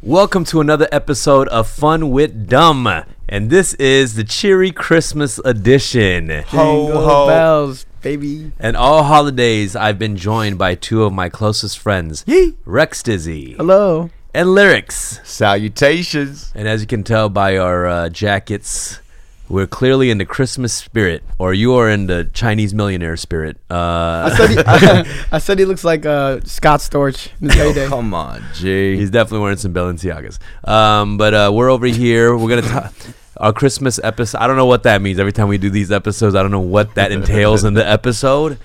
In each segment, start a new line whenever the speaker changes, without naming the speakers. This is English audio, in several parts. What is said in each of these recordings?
Welcome to another episode of Fun with Dumb, and this is the cheery Christmas edition.
Ho
Jingle
ho.
bells, baby.
And all holidays, I've been joined by two of my closest friends,
Yee.
Rex Dizzy
Hello.
and Lyrics.
Salutations.
And as you can tell by our uh, jackets, we're clearly in the Christmas spirit, or you are in the Chinese millionaire spirit. Uh,
I said he, I, I said he looks like uh, Scott Storch. in his heyday.
Come on, G.
He's definitely wearing some Balenciagas. Um, but uh, we're over here. We're gonna talk our Christmas episode. I don't know what that means. Every time we do these episodes, I don't know what that entails in the episode.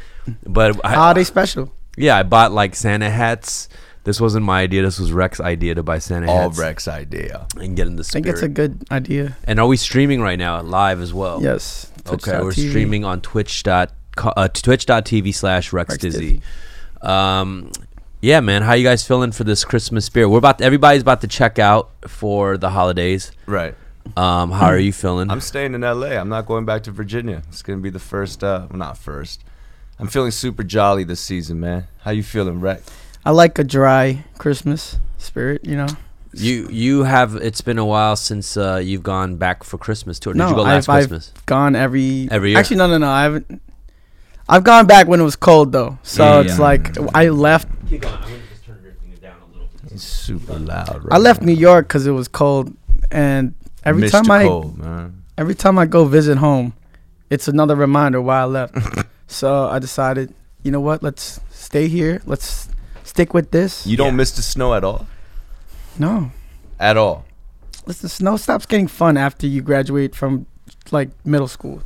But I,
Holiday special.
yeah, I bought like Santa hats. This wasn't my idea. This was Rex's idea to buy Santa
All
hats
Rex idea.
and get in the
Oh, I think
spirit.
it's a good idea.
and are we streaming right now live as well?
Yes.
Okay,
Twitch.tv.
we're streaming on Twitch dot co- uh, twitch.tv slash Rex Dizzy. Um, yeah, man, how you guys feeling for this Christmas spirit? We're about everybody's about to check out for the holidays.
Right.
Um, how are you feeling?
I'm staying in LA. I'm not going back to Virginia. It's gonna be the first. Uh, well, not first. I'm feeling super jolly this season, man. How you feeling, Rex?
I like a dry Christmas spirit, you know.
you you have it's been a while since uh, you've gone back for Christmas tour. Did you go last
I've,
Christmas?
I've gone every
Every year?
Actually, no, no, no. I haven't. I've gone back when it was cold though, so
Yeah,
it's
yeah.
like I left.
Keep going. I'm gonna just turn your thing down a little.
He's super loud. Right
I left New York because it was cold, and every time I
cold, man.
every time I go visit home, it's another reminder why I left. so I decided, you know what? Let's stay here. Let's stick with this.
You don't
Yeah.
miss the snow at all.
no,
At all.
listen. Snow stops getting fun after you graduate from like middle school.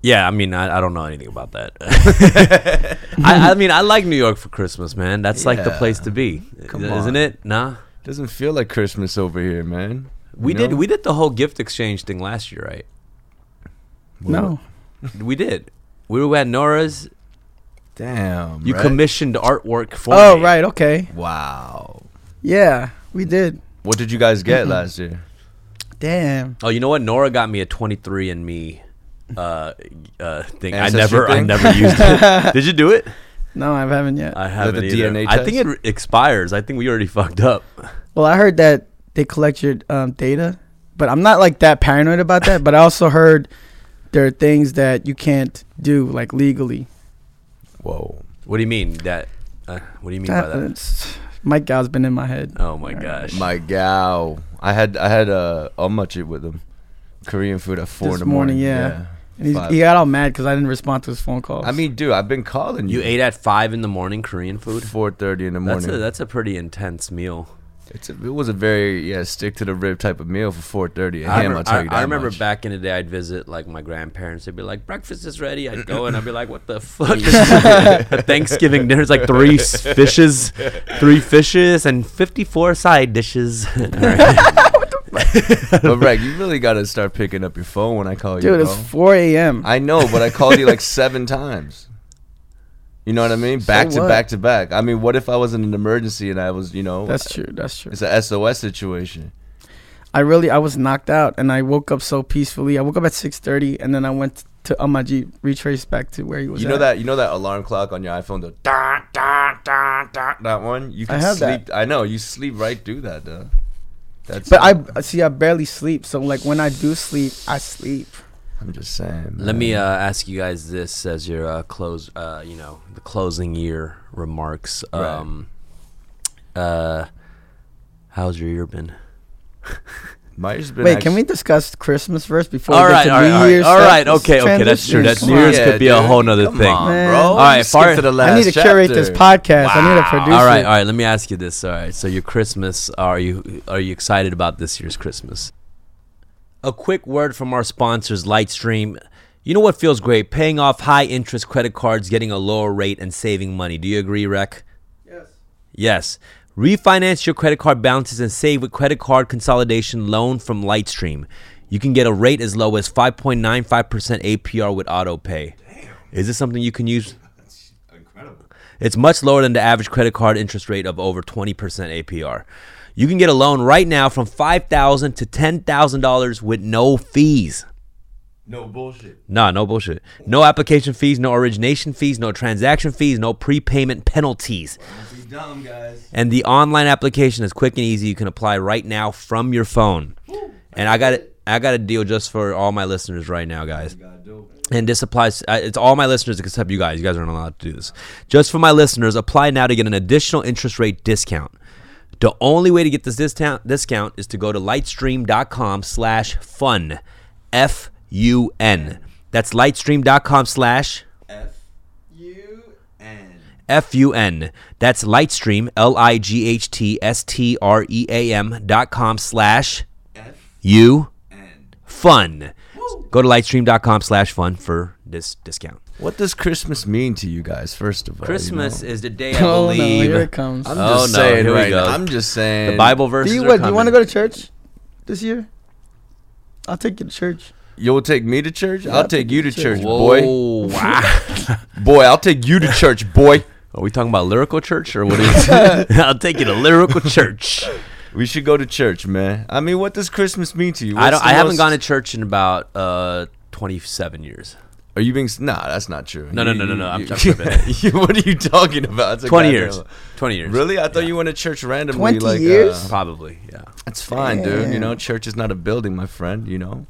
Yeah, I mean, I, I don't know anything about that. I, I mean, I like New York for Christmas, man. That's like the
Yeah.
place to be,
Come
isn't
on.
it? Nah,
Doesn't feel like Christmas over here, man.
we
You
did
know?
we did the whole gift exchange thing last year, right?
No,
We did. We were at Nora's.
Damn.
You
Rex.
commissioned artwork for
oh
me.
right, okay,
Wow.
yeah, we did.
What did you guys get last year?
Damn,
Oh, you know what? Nora got me a 23andMe uh, uh, thing. I
Ancestry
never, I
thing?
never used it. did you do it?
no, I haven't yet.
I haven't.
the
either.
DNA
I think it re- expires. I think we already fucked up.
well, I heard that they collect your um, data, but I'm not like that paranoid about that. but I also heard there are things that you can't do like legally.
Whoa.
What do you mean that? Uh, what do you mean by that?
It's- Mike Gal's been in my head.
Oh my gosh.
My gal. I had I had uh omuchit with him. Korean food at four
This
in the morning.
morning, yeah.
yeah.
And he's,
Five.
he got all mad because I didn't respond to his phone calls.
I mean, dude, I've been calling you.
You ate at five in the morning Korean food.
four thirty in the
That's
morning.
a that's a pretty intense meal.
it's a, it was a very yeah stick to the rib type of meal for four thirty.
I,
Ham,
rem-
I'll tell
I-
you
I
that
remember
much.
back in the day, I'd visit like my grandparents. They'd be like, "Breakfast is ready." I'd go and I'd be like, "What the fuck?" is Thanksgiving dinner's like three s- fishes, three fishes, and fifty-four side dishes.
But Reg, you really gotta start picking up your phone when I call you.
dude, it's
bro.
4 a.m.
I know, but I called you like seven times. You know what I mean? Back to
what?
back to back. I mean, what if I was in an emergency and I was, you know,
That's true. That's true.
it's a SOS situation.
I really, I was knocked out, and I woke up so peacefully. I woke up at 6:30, and then I went to Amaji, retraced back to where he was.
You know
at.
that you know that alarm clock on your iPhone, the da, da, da, da, that one. You can
have
sleep. I know you sleep right through that, duh. That's.
But I see. I barely sleep. So like when I do sleep, I sleep.
I'm just saying.
Let
man.
me uh, ask you guys this as your uh, close, uh, you know, the closing year remarks.
Right.
Um, uh, how's your year been?
Mine's been
Wait,
actu-
can we discuss Christmas first before
All
we
right,
get to
all right,
New
all right,
Year's?
all
stuff?
right,
This
okay, okay, that's
transition,
true, that's
come
New Year's
on.
could be a
dude.
whole nother
Come
thing.
on,
Man.
bro.
All
You
right,
skipped
far-
to the last
I need to curate
chapter.
this podcast. I need a producer.
all right, all right. Let me ask you this. All right, so your Christmas are you are you excited about this year's Christmas? A quick word from our sponsors, Lightstream. You know what feels great? Paying off high interest credit cards, getting a lower rate, and saving money. Do you agree, Rec? Yes. Refinance your credit card balances and save with credit card consolidation loan from Lightstream. You can get a rate as low as 5.95% APR with autopay. Is this something you can use? It's much lower than the average credit card interest rate of over 20% APR. You can get a loan right now from $5,000 to $10,000 with no fees.
No bullshit.
Nah, no bullshit. No application fees, no origination fees, no transaction fees, no prepayment penalties.
dumb, guys.
And the online application is quick and easy. You can apply right now from your phone. And I got it. I got a deal just for all my listeners right now, guys. And this applies. uh, It's all my listeners except you guys. You guys aren't allowed to do this. Just for my listeners, apply now to get an additional interest rate discount. The only way to get this discount discount is to go to lightstream.com/fun, F U N. That's lightstream.com/slash
F U N.
F U N. That's Lightstream, L I G H T S T R E A M dot com slash
F
U
N.
fun. Go to lightstream.com slash fun for this discount.
What does Christmas mean to you guys? First of all,
Christmas
You know?
is the day I
Oh no,
believe.
here it comes.
I'm
Oh,
just
no,
saying.
here we
right
go.
now, I'm just saying.
the Bible verses
do you
are
what? Do you want to
coming.
go to church this year? I'll take you to church.
You'll take me to church.
Yeah,
I'll take you to church, boy.
Whoa, wow.
Boy, I'll take you to church, boy.
Are we talking about lyrical church or what is it? I'll take you to lyrical church.
We should go to church, man. I mean, what does Christmas mean to you?
I don't.
What's the
I haven't
most-
gone to church in about uh, 27 years.
Are you being? s- Nah, that's not true.
No, no,
You-
no, no, no,
you-
I'm
you-
just ripping.
You- what are you talking about? It's a
20
goddamn-
years. 20 years.
Really? I thought you went to church randomly.
20
like,
years?
uh,
Probably. Yeah.
That's fine, dude. You
Damn.
know, church is not a building, my friend. You know,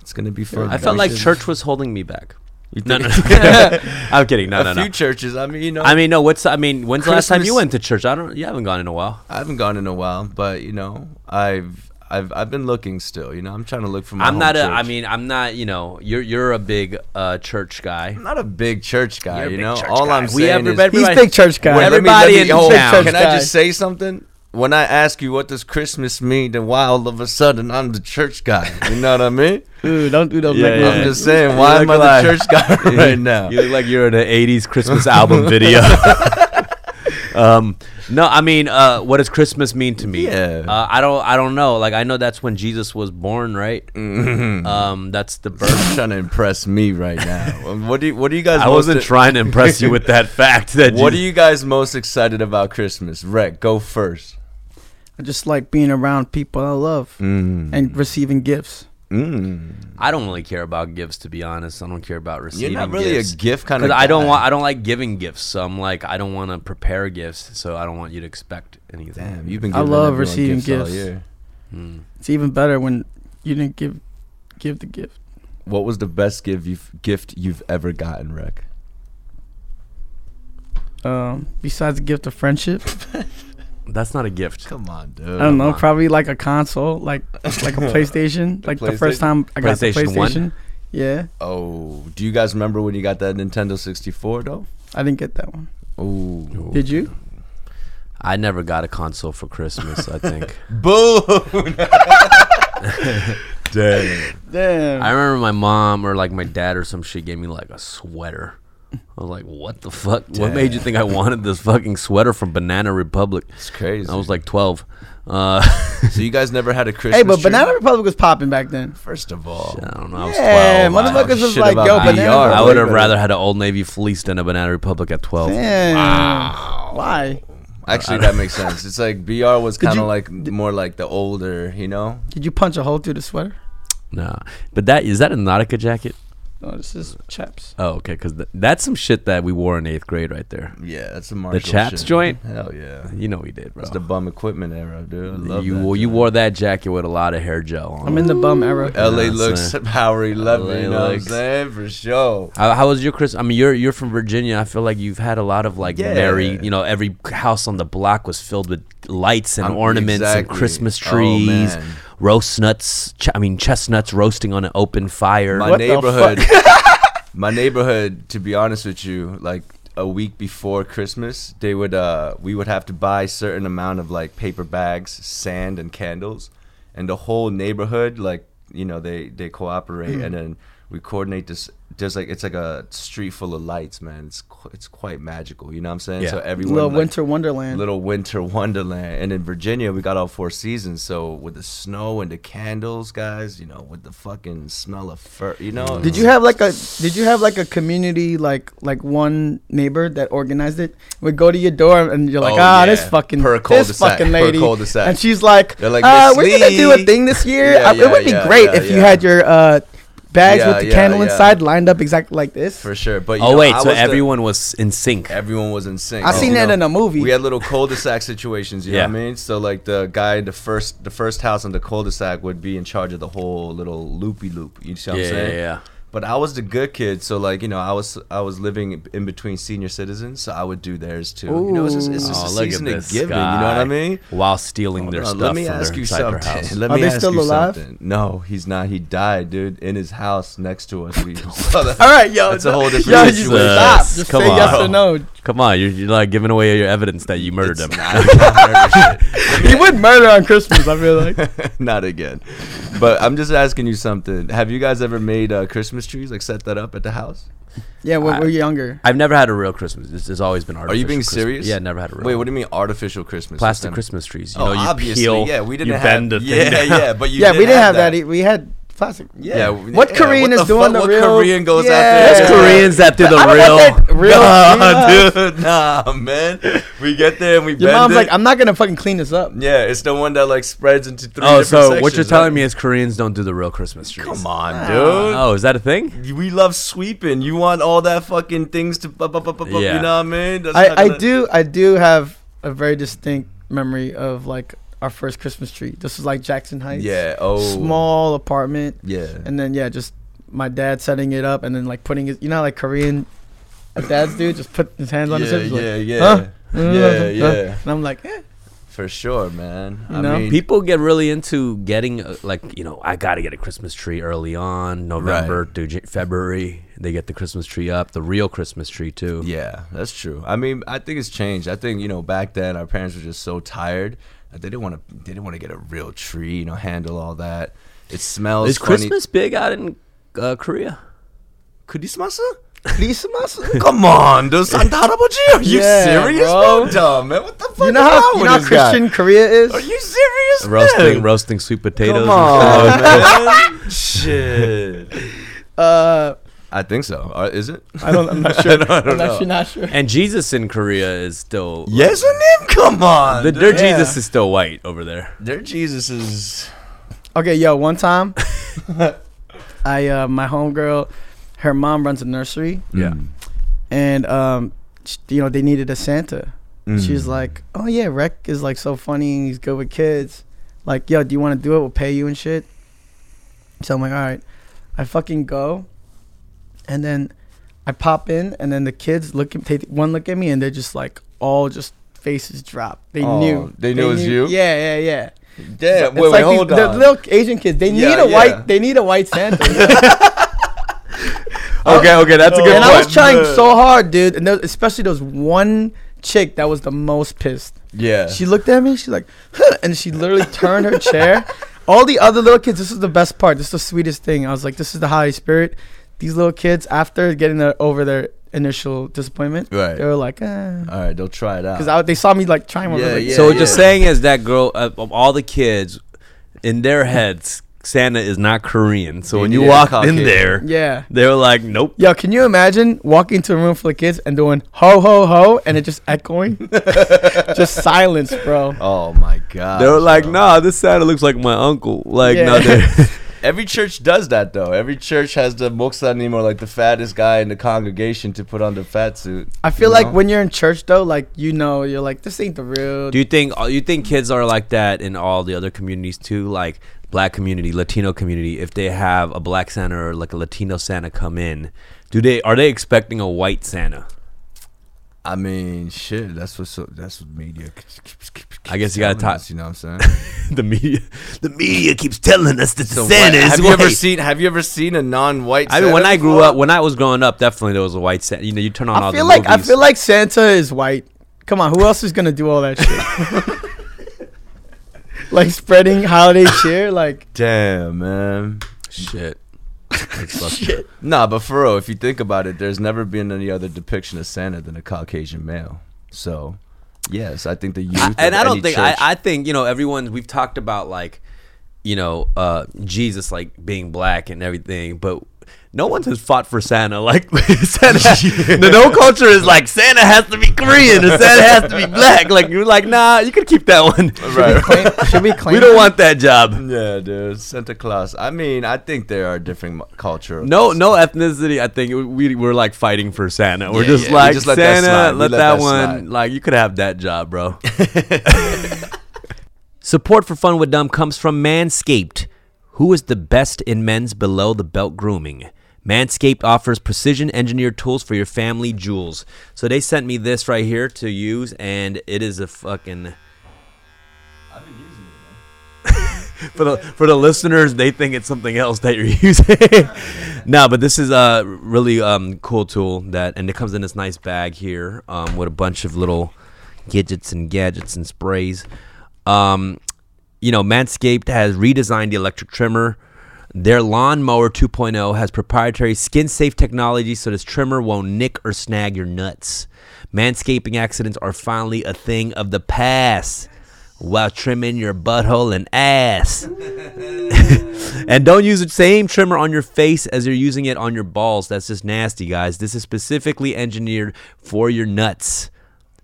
it's gonna be for.
I felt like
gracious.
church was holding me back.
You
No, no,
think-
no. I'm kidding. No,
a
no,
few
no.
churches. I mean, you know,
I mean, no. What's I mean? When's the last time you
Christmas-
went to church? I don't. You haven't gone in a while.
I haven't gone in a while, but you know, I've I've I've been looking still. You know, I'm trying to look for my.
I'm
home
not a.
Church.
I mean, I'm not. You know, you're you're a big uh, church guy.
I'm not a big church guy.
You're a
you
big
know,
church
all
guy.
I'm
We
saying
ever
is,
been-
He's
Everybody-
big church guy.
Wait,
Wait, let me-
Everybody
let
in
me, hold
this
on.
town.
Can
Church
I
guy.
just say something? When I ask you what does Christmas mean, then why all of a sudden I'm the church guy? You know what I mean?
Ooh, don't do those.
Yeah,
like
yeah.
I'm
that.
just saying, why am I the
Like-
church guy right now?
You look like you're in an '80s Christmas album video. um, no, I mean, uh, what does Christmas mean to me?
Yeah.
Uh, I don't. I don't know. Like, I know that's when Jesus was born, right? Um, that's the birth.
You're trying to impress me right now. Um, What do you, what do you guys?
I
most- e-
wasn't trying to impress you with that fact. That
What
Jesus-
are you guys most excited about Christmas? Rec, go first.
I just like being around people I love
Mm-hmm.
Mm.
and receiving gifts.
Mm.
I don't really care about gifts, to be honest. I don't care about
You're
receiving.
not really
gifts.
a gift kind of.
Because I don't want I don't like giving gifts, so I'm like I don't want to prepare gifts, so I don't want you to expect anything.
Damn, you've been.
I
Giving
love
everyone
receiving
gifts. all
gifts.
year.
Hmm.
It's even better when you didn't give give the gift.
What was the best gift you've gift you've ever gotten, Rec?
Um, besides the gift of friendship,
That's not a gift.
Come on, dude.
I don't know.
on.
Probably like a console, like like a PlayStation.
The
like the
PlayStation?
first time I got the
PlayStation 1?
PlayStation. Yeah,
Oh, do you guys remember when you got that Nintendo 64 though?
I didn't get that one.
Oh,
Did you?
I never got a console for Christmas. I think.
boom! Damn.
Damn.
I remember my mom or like my dad or some shit gave me like a sweater. I was like, what the fuck? What made you think I wanted this fucking sweater from Banana Republic?
It's crazy.
I was like 12. Uh,
so you guys never had a Christmas
hey, but
tree?
Banana Republic was popping back then.
First of all,
I don't know. I was
Yeah,
12. I-
motherfuckers was
Shit
like,
about
yo,
VR.
Banana
I
Republic.
would have
Wait a
rather had an Old Navy fleece than a Banana Republic at 12.
Damn. Why?
actually, that makes sense. It's like BR was kind
you-
of like more like the older, you know.
Did you punch a hole through the sweater?
Nah. But that is that a Nautica jacket?
No, Oh, this is chaps.
Oh, okay. Because th- that's some shit that we wore in eighth grade right there.
Yeah, that's a Marshall.
chaps
shit.
joint?
Hell yeah.
You know we did, bro.
That's the bum equipment era, dude. I love
you
that
well, you
joint.
wore that jacket with a lot of hair gel on.
I'm in the bum era.
LA
Yeah,
looks
son.
power eleven.
LA
you know
looks-
what I'm saying for sure.
how, how was your Chris? I mean, you're you're from Virginia. I feel like you've had a lot of like
Yeah.
merry. You know, every house on the block was filled with lights and
Um,
ornaments and
exactly.
Christmas
Oh,
trees,
man.
roast nuts. Ch- I mean, chestnuts roasting on an open fire.
my
What the
neighborhood my neighborhood to be honest with you like a week before christmas they would uh we would have to buy certain amount of like paper bags sand and candles and the whole neighborhood like you know they they cooperate
Hmm.
and then we coordinate this there's like it's like a street full of lights man it's qu- it's quite magical you know what i'm saying
Yeah.
so everyone
Little
like,
Winter Wonderland.
little winter wonderland and in virginia we got all four seasons so with the snow and the candles guys you know with the fucking smell of fur you know
Did you have like a did you have like a community like like one neighbor that organized it? Would go to your door and you're like,
Oh,
ah, this
yeah.
fucking
Per
this
cul-de-sac,
fucking
per
lady,
cul-de-sac.
and she's like,
They're like,
uh,
"Miss
we're gonna do
Lee."
a thing this year.
Yeah,
Uh,
yeah,
it would be
yeah,
great
yeah,
if you
yeah.
had your uh, bags
Yeah,
with the
yeah,
candle
yeah.
inside lined up exactly like this.
for sure. But you
Oh
know,
wait,
I
so
was the-
everyone was in sync.
everyone was in sync.
I
You
seen that
know,
in a movie.
We had little cul-de-sac situations. You
Yeah.
know what I mean? So like the guy, the first, the first house on the cul-de-sac would be in charge of the whole little loopy loop. You see what
Yeah,
I'm
yeah,
saying?
yeah.
But I was the good kid, so like you know, I was I was living in between senior citizens, so I would do theirs too. You know, it's just, it's just
Oh,
a
look at
season of
this
giving. You know what I
guy.
mean?
While stealing their
Hold on,
stuff
Oh, let me
from
ask
their
you
cyber
something.
house.
Let
Are
me
they
ask
still
you
alive?
something. No, he's not. He died, dude, in his house next to us. We saw that.
All right, yo.
That's a whole different
yo, just
situation.
stop. Just
Come
say
on.
yes or no.
Come on, you're, you're like giving away your evidence that you murdered him.
It's not-
He would murder on Christmas. I feel like.
Not again. But I'm just asking you something. Have you guys ever made uh, Christmas trees? Like set that up at the house?
Yeah, when
I-
we're younger.
I've never had a real Christmas. This has always been
Are
artificial.
you being
Christmas.
serious?
Yeah, never had a real.
Wait, what do you mean artificial Christmas?
plastic
Then-
Christmas trees? You
Oh,
know, you
obviously.
peel.
yeah, we didn't
you
have.
bend the
yeah,
thing. down.
yeah, but you
yeah,
didn't
we didn't have
have
that. e We had plastic.
Yeah.
What
yeah,
Korean
what
is
fuck-
doing the
what
real-
Korean goes
Yeah.
after?
There's
That's
Koreans that do the
I don't want
real.
that real
Nah,
tree,
dude, nah, man. We get there and we.
e- Your
bend
mom's
it.
like, I'm not gonna fucking clean this up.
Yeah, it's the one that like spreads into three.
Oh,
different
so what
sections,
you're telling
right?
me is Koreans don't do the real Christmas trees?
Come
Ah.
on, dude.
Oh, is that a thing?
We love sweeping. You want all that fucking things to, bu- bu- bu- bu- bu-
Yeah.
you know what I mean? That's not
I, I
gonna-
do I do have a very distinct memory of like our first Christmas tree. This was like Jackson Heights.
Yeah. Oh.
Small apartment,
Yeah.
and then yeah, just my dad setting it up, and then like putting it. You know, how, like Korean dads do, just put his hands on
yeah,
his hips.
yeah,
like,
yeah,
huh? Mm-hmm.
yeah, yeah.
And I'm like, eh.
For sure, man. I
You know?
mean,
People get really into getting uh, like you know I gotta get a Christmas tree early on November through J- February. They get the Christmas tree up, the real Christmas tree too.
Yeah, that's true. I mean, I think it's changed. I think you know back then our parents were just so tired that they didn't want to. They didn't want to get a real tree. You know, handle all that. It smells.
Is
funny.
Christmas big out in uh, Korea?
Could you smell
Please, master.
Come on, dude. Santa Harabaji? Are you
Yeah,
serious,
bro.
bro? Dumb, man. What the fuck?
You know
is
how
wrong
you
with
know how
this guy?
Christian Korea is.
Are you serious,
Roasting,
man?
roasting sweet potatoes.
Come
and stuff.
on, man. Shit.
Uh,
I think so. Uh, is it?
I don't. I'm not sure.
I don't
I'm
know.
actually not sure.
And Jesus in Korea is still
Yes or name? Come on.
The
dude.
their
Yeah.
Jesus is still white over there.
Their Jesus is.
Okay, yo, one time, I uh, my homegirl, her mom runs a nursery,
Yeah.
and um, sh you know they needed a Santa.
Mm.
She's like, oh yeah, Rec is like so funny. and He's good with kids. Like, yo, do you want to do it? We'll pay you and shit. So I'm like, all right, I fucking go, and then I pop in, and then the kids look at take one look at me, and they're just like all just faces drop. They
Oh,
knew.
they knew it was you?
Yeah, yeah, yeah.
Damn.
It's
Wait, wait,
these-
hold
the
on.
little Asian kids. They
Yeah,
need a
yeah.
white. They need a white Santa.
Oh. okay, okay, that's a good
and
point.
I was trying so hard, dude. And there, especially there was one chick that was the most pissed.
Yeah.
She looked at me. She's like, huh, and she literally turned her chair. All the other little kids. This is the best part. This is the sweetest thing. I was like, this is the holiday spirit. These little kids, after getting their, over their initial disappointment,
Right.
they were like, because
All right, they'll try it out.
they saw me like trying.
Yeah,
Yeah, like,
yeah.
so what you're saying is that girl of, of all the kids in their heads, Santa is not Korean. So
They
when you
needed a
walk in
Caucasian.
there,
yeah.
they were like, "Nope."
Yo, can you imagine walking into a room full of kids and doing ho ho ho and it just echoing? just silence, bro.
oh my god.
They were like,
bro.
"Nah, this Santa looks like my uncle." Like,
Yeah.
no, they're-
Every church does that though. Every church has the moksanim or like the fattest guy in the congregation to put on the fat suit.
I feel
you
like
know?
when you're in church though, like you know, you're like this ain't the real.
do you think you think kids are like that in all the other communities too? Like black community, Latino community. If they have a black Santa or like a Latino Santa come in, do they are they expecting a white Santa?
I mean, shit. That's what so, that's what media. keeps- keeps- keeps-
I guess
keeps
you gotta
telling
talk-
us, You know what I'm saying?
the media, the media keeps telling us that
So
the Santa
what-
is
have you ever
white.
seen? Have you ever seen a non-white?
I mean,
Santa
when I grew
before?
up, when I was growing up, definitely there was a white Santa. You know, you turn on all
I feel
the
like I
movies.
feel like Santa is white. Come on, who else is gonna do all that shit? like spreading holiday cheer, like
damn man.
shit. That's fucked up.
Nah, but for real, if you think about it, there's never been any other depiction of Santa than a Caucasian male. So, yes, I think the youth
I- and
of
I don't
any
think
church-
I, I think you know everyone. We've talked about like you know, uh, Jesus like being black and everything, but no one has fought for Santa like Santa. The no culture is like Santa has to be Korean or Santa has to be black. Like you're like, nah, you can keep that one.
Right.
Claim, should we claim?
We don't want that job.
Yeah, dude, Santa Claus. I mean, I think there are different mu- cultural.
No, no ethnicity. I think we we're like fighting for Santa. We're
Yeah,
just
yeah, we
like
just let that
Santa.
slide.
Let,
We
that,
let that
one.
slide."
Like you could have that job, bro. Support for Fun with Dumb comes from Manscaped, who is the best in men's below the belt grooming. Manscaped offers precision engineered tools for your family jewels. So they sent me this right here to use, and it is a fucking. for the for the listeners, they think it's something else that you're using. no, but this is a really um, cool tool that, and it comes in this nice bag here um, with a bunch of little gadgets and gadgets and sprays. Um, you know, Manscaped has redesigned the electric trimmer. Their lawnmower 2.0 has proprietary skin safe technology so this trimmer won't nick or snag your nuts. Manscaping accidents are finally a thing of the past while trimming your butthole and ass. and don't use the same trimmer on your face as you're using it on your balls. That's just nasty, guys. This is specifically engineered for your nuts.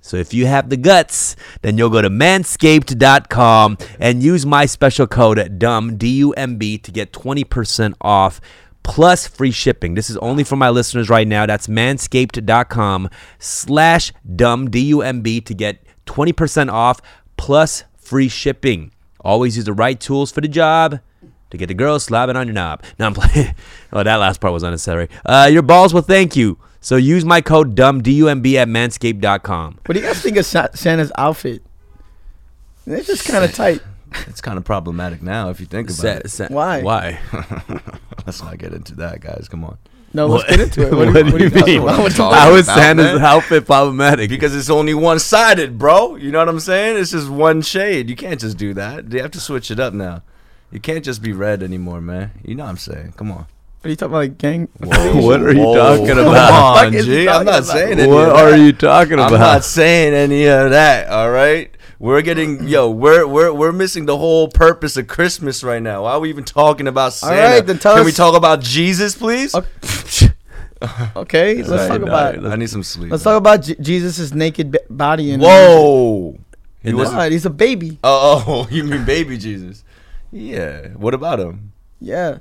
So if you have the guts, then you'll go to manscaped.com and use my special code DUMB, D U M B, to get 20% off plus free shipping. This is only for my listeners right now. That's manscaped.com slash dumb, D U M B, to get 20% off plus free shipping. Always use the right tools for the job to get the girls slobbing on your knob. No, I'm playing. oh, that last part was unnecessary. Uh, your balls will thank you. So use my code DUMB, D-U-M-B at manscaped.com.
What do you guys think of Sa- Santa's outfit? It's just kind of tight.
it's kind of problematic now if you think about
Sa-
it.
sa-
Why?
Why?
Let's not get into that, guys. Come on.
No, Oh, let's get into it. What, do you, what do you
mean?
mean?
What
What
do you-
How is
about,
Santa's
man?
outfit problematic?
Because it's only one sided, bro. You know what I'm saying? It's just one shade. You can't just do that. They have to switch it up now. You can't just be red anymore, man. You know what I'm saying? Come on.
are you talking about? Like gang?
What are you talking
Come
about?
on,
What the fuck is he
G. I'm
talking
not
about?
saying any
what
of
are
that.
you talking about?
I'm not saying any of that. All right, we're getting yo. We're we're we're missing the whole purpose of Christmas right now. Why are we even talking about
All
Santa?
right, then tell
Can
us-
we talk about Jesus, please?
Okay, okay, let's
All
talk
right,
about.
all right, I need some sleep.
Let's talk about J- Jesus' naked b- body and
Whoa. He
And
was-
that-
God, he's a baby.
oh, oh, you mean baby Jesus? Yeah. What about him?
Yeah,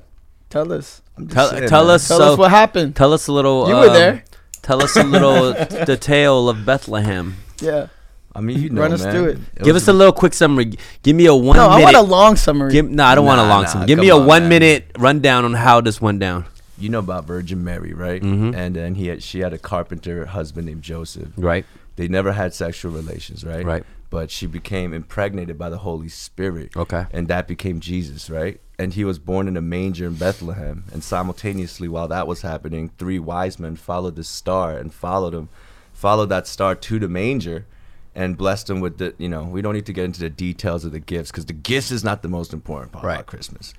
tell us.
I'm just
Tell,
saying,
tell
man.
us,
Tell
so,
us what happened.
tell us a little.
You were
um,
there.
Tell us a little the tale of Bethlehem.
Yeah.
I mean, you know,
Run us
man.
through it.
Give us
was
a little quick summary. Give me a one
No, I
minute.
want a long summary.
give, no, I don't want a
Nah,
long
nah,
summary. Give
come
me a
on,
one
man.
minute rundown on how this went down.
You know about Virgin Mary, right?
Mm-hmm.
And then he had she had a carpenter husband named Joseph.
Right.
They never had sexual relations, right?
Right.
But she became impregnated by the Holy Spirit.
Okay.
And that became Jesus, right? And he was born in a manger in Bethlehem. And simultaneously, while that was happening, three wise men followed the star and followed him, followed that star to the manger and blessed him with the, you know, we don't need to get into the details of the gifts because the gifts is not the most important part
Right.
about Christmas.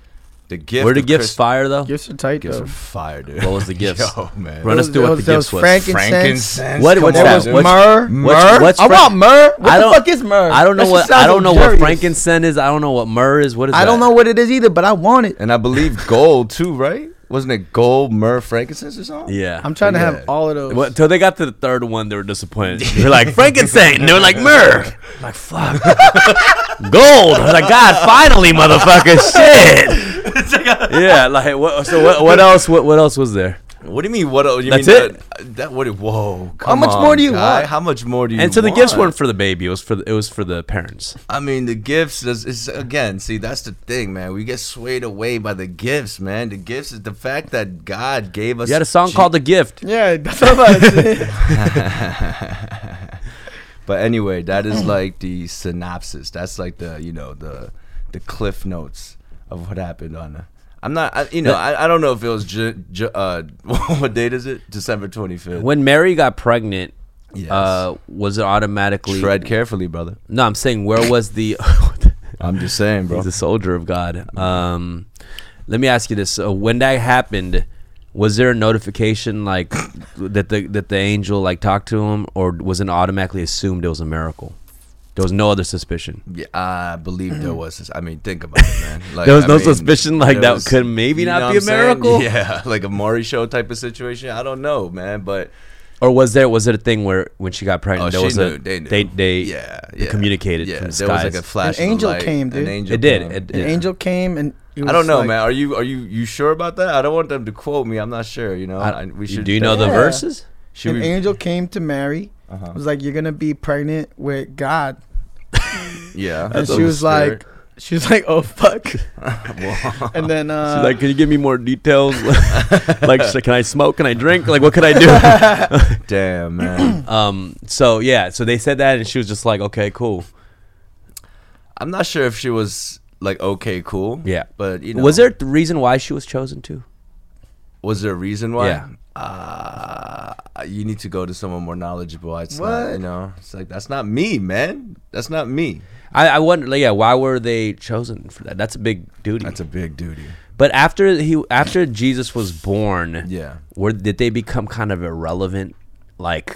The gift
Were the
of
gifts
Christ-
fire though?
Gifts are tight
Gifts
though.
are fire, dude.
What was the gifts?
Yo, man.
Run us
There
through what
was-
the
there was
gifts was.
frankincense.
Frankincense.
What-
Come
what's
on,
that?
There was
dude.
What's-
myrrh.
what's-
Myrrh.
what's
I want
fran-
myrrh. What
I
the
don't-
fuck is myrrh?
I don't know
That shit
what I
sounds
don't know what
luxurious.
frankincense is. I don't know what myrrh is. What is
I don't
that?
know what it is either, but I want it.
And I believe gold too, right? Wasn't it gold, myrrh, frankincense, or something?
Yeah.
I'm trying to
Yeah.
have all of those.
Until they got to the third one, they were disappointed. They're like Frankenstein. and They were like myrrh. I'm like fuck. Gold. I was like God, finally, motherfucker. Shit. yeah. Like what? So what? What else? What? What else was there?
What do you mean? What? el- You
That's
mean
it?
That, that what? Whoa! Come
much
on,
more do you
guy.
want?
How much more do you?
And so the gifts
want?
weren't for the baby. It was for the, it was for the parents.
I mean, the gifts is, is again. See, that's the thing, man. We get swayed away by the gifts, man. The gifts is the fact that God gave us.
You had a song
Je-
called "The Gift."
yeah, that's what I'm about to say.
But anyway, that
Mm.
is like the synopsis. That's like the you know the the cliff notes of what happened on. The, I'm not. I, you know, I, I don't know if it was. Ju- ju- uh, what date is it? December 25th.
When Mary got pregnant,
Yes.
uh, was it automatically?
Tread carefully, brother.
No, I'm saying where was the?
I'm just saying, bro.
He's a soldier of God. Um, let me ask you this: so When that happened, was there a notification like that the that the angel like talked to him, or was it automatically assumed it was a miracle? There was no other suspicion.
Yeah, I believe there was. sus- I mean, think about it, man. Like,
There was
I
no
mean,
suspicion like
there
that could maybe
you
not
know
be
what
a
I'm saying?
miracle?
Yeah, like a Maury show type of situation. I don't know, man, but
Or was there was it a thing where when she got pregnant
oh,
there was
she knew,
a
they knew.
they they
yeah,
they communicated
Yeah,
from the
there was like a
skies.
flash.
An
of
angel
light,
came, dude.
An angel
It did,
came.
it
An
Yeah.
angel came and it
I
was
don't know,
like-
man. Are you are you you sure about that? I don't want them to quote me. I'm not sure. You know,
I-
I, we should.
do you know the
Yeah.
verses?
Should
an
we?
angel came to Mary.
Uh-huh.
Was like, you're gonna be pregnant with God,
Yeah,
and
that's
she
a
was
spirit.
like, she was like, oh fuck,
Well,
and then uh,
She's like, can you give me more details? like, she's like, can I smoke? Can I drink? Like, what could I do?
damn, man.
um, so yeah, so they said that, and she was just like, okay, cool.
I'm not sure if she was like okay, cool.
Yeah.
but you know,
Was there a reason why she was chosen too?
was there a reason why?
Yeah.
Uh, you need to go to someone more knowledgeable. It's not, you
What?
know, it's like that's not me, man. That's not me.
I, I wonder, like, yeah, why were they chosen for that? That's a big duty.
That's a big duty.
but after he, after Jesus was born,
Yeah.
were did they become kind of irrelevant? Like,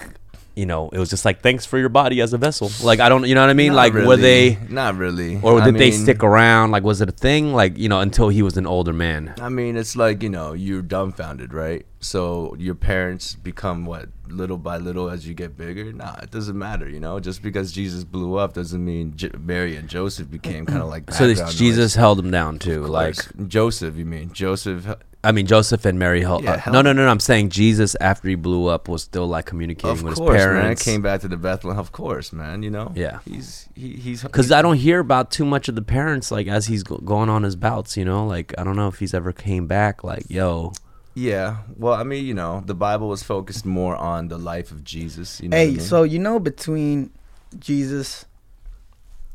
you know, it was just like, thanks for your body as a vessel. Like, I don't, you know what I mean?
Not
like, were
really.
they,
Not really.
or
I
did they
mean-
stick around? Like, was it a thing? Like, you know, until he was an older man.
I mean, it's like you know, you're dumbfounded, right? So your parents become what little by little as you get bigger. Nah, it doesn't matter, you know. Just because Jesus blew up doesn't mean J- Mary and Joseph became kind of like.
So this,
background noise.
Jesus held him down too.
Of
Like,
course. Joseph, you mean Joseph?
I mean, Joseph and Mary held.
Yeah,
uh,
held
no, no, no, no. I'm saying Jesus after he blew up was still like communicating
Of
with
course,
his
man.
parents.
Came back to the Bethlehem. Of course, man. You know.
Yeah.
He's he, he's
Because I don't hear about too much of the parents like as he's go- going on his bouts. You know, like I don't know if he's ever came back. Like, yo,
Yeah. Well, I mean, you know, the Bible was focused more on the life of Jesus. You know what I
Hey,
mean?
so you know between Jesus,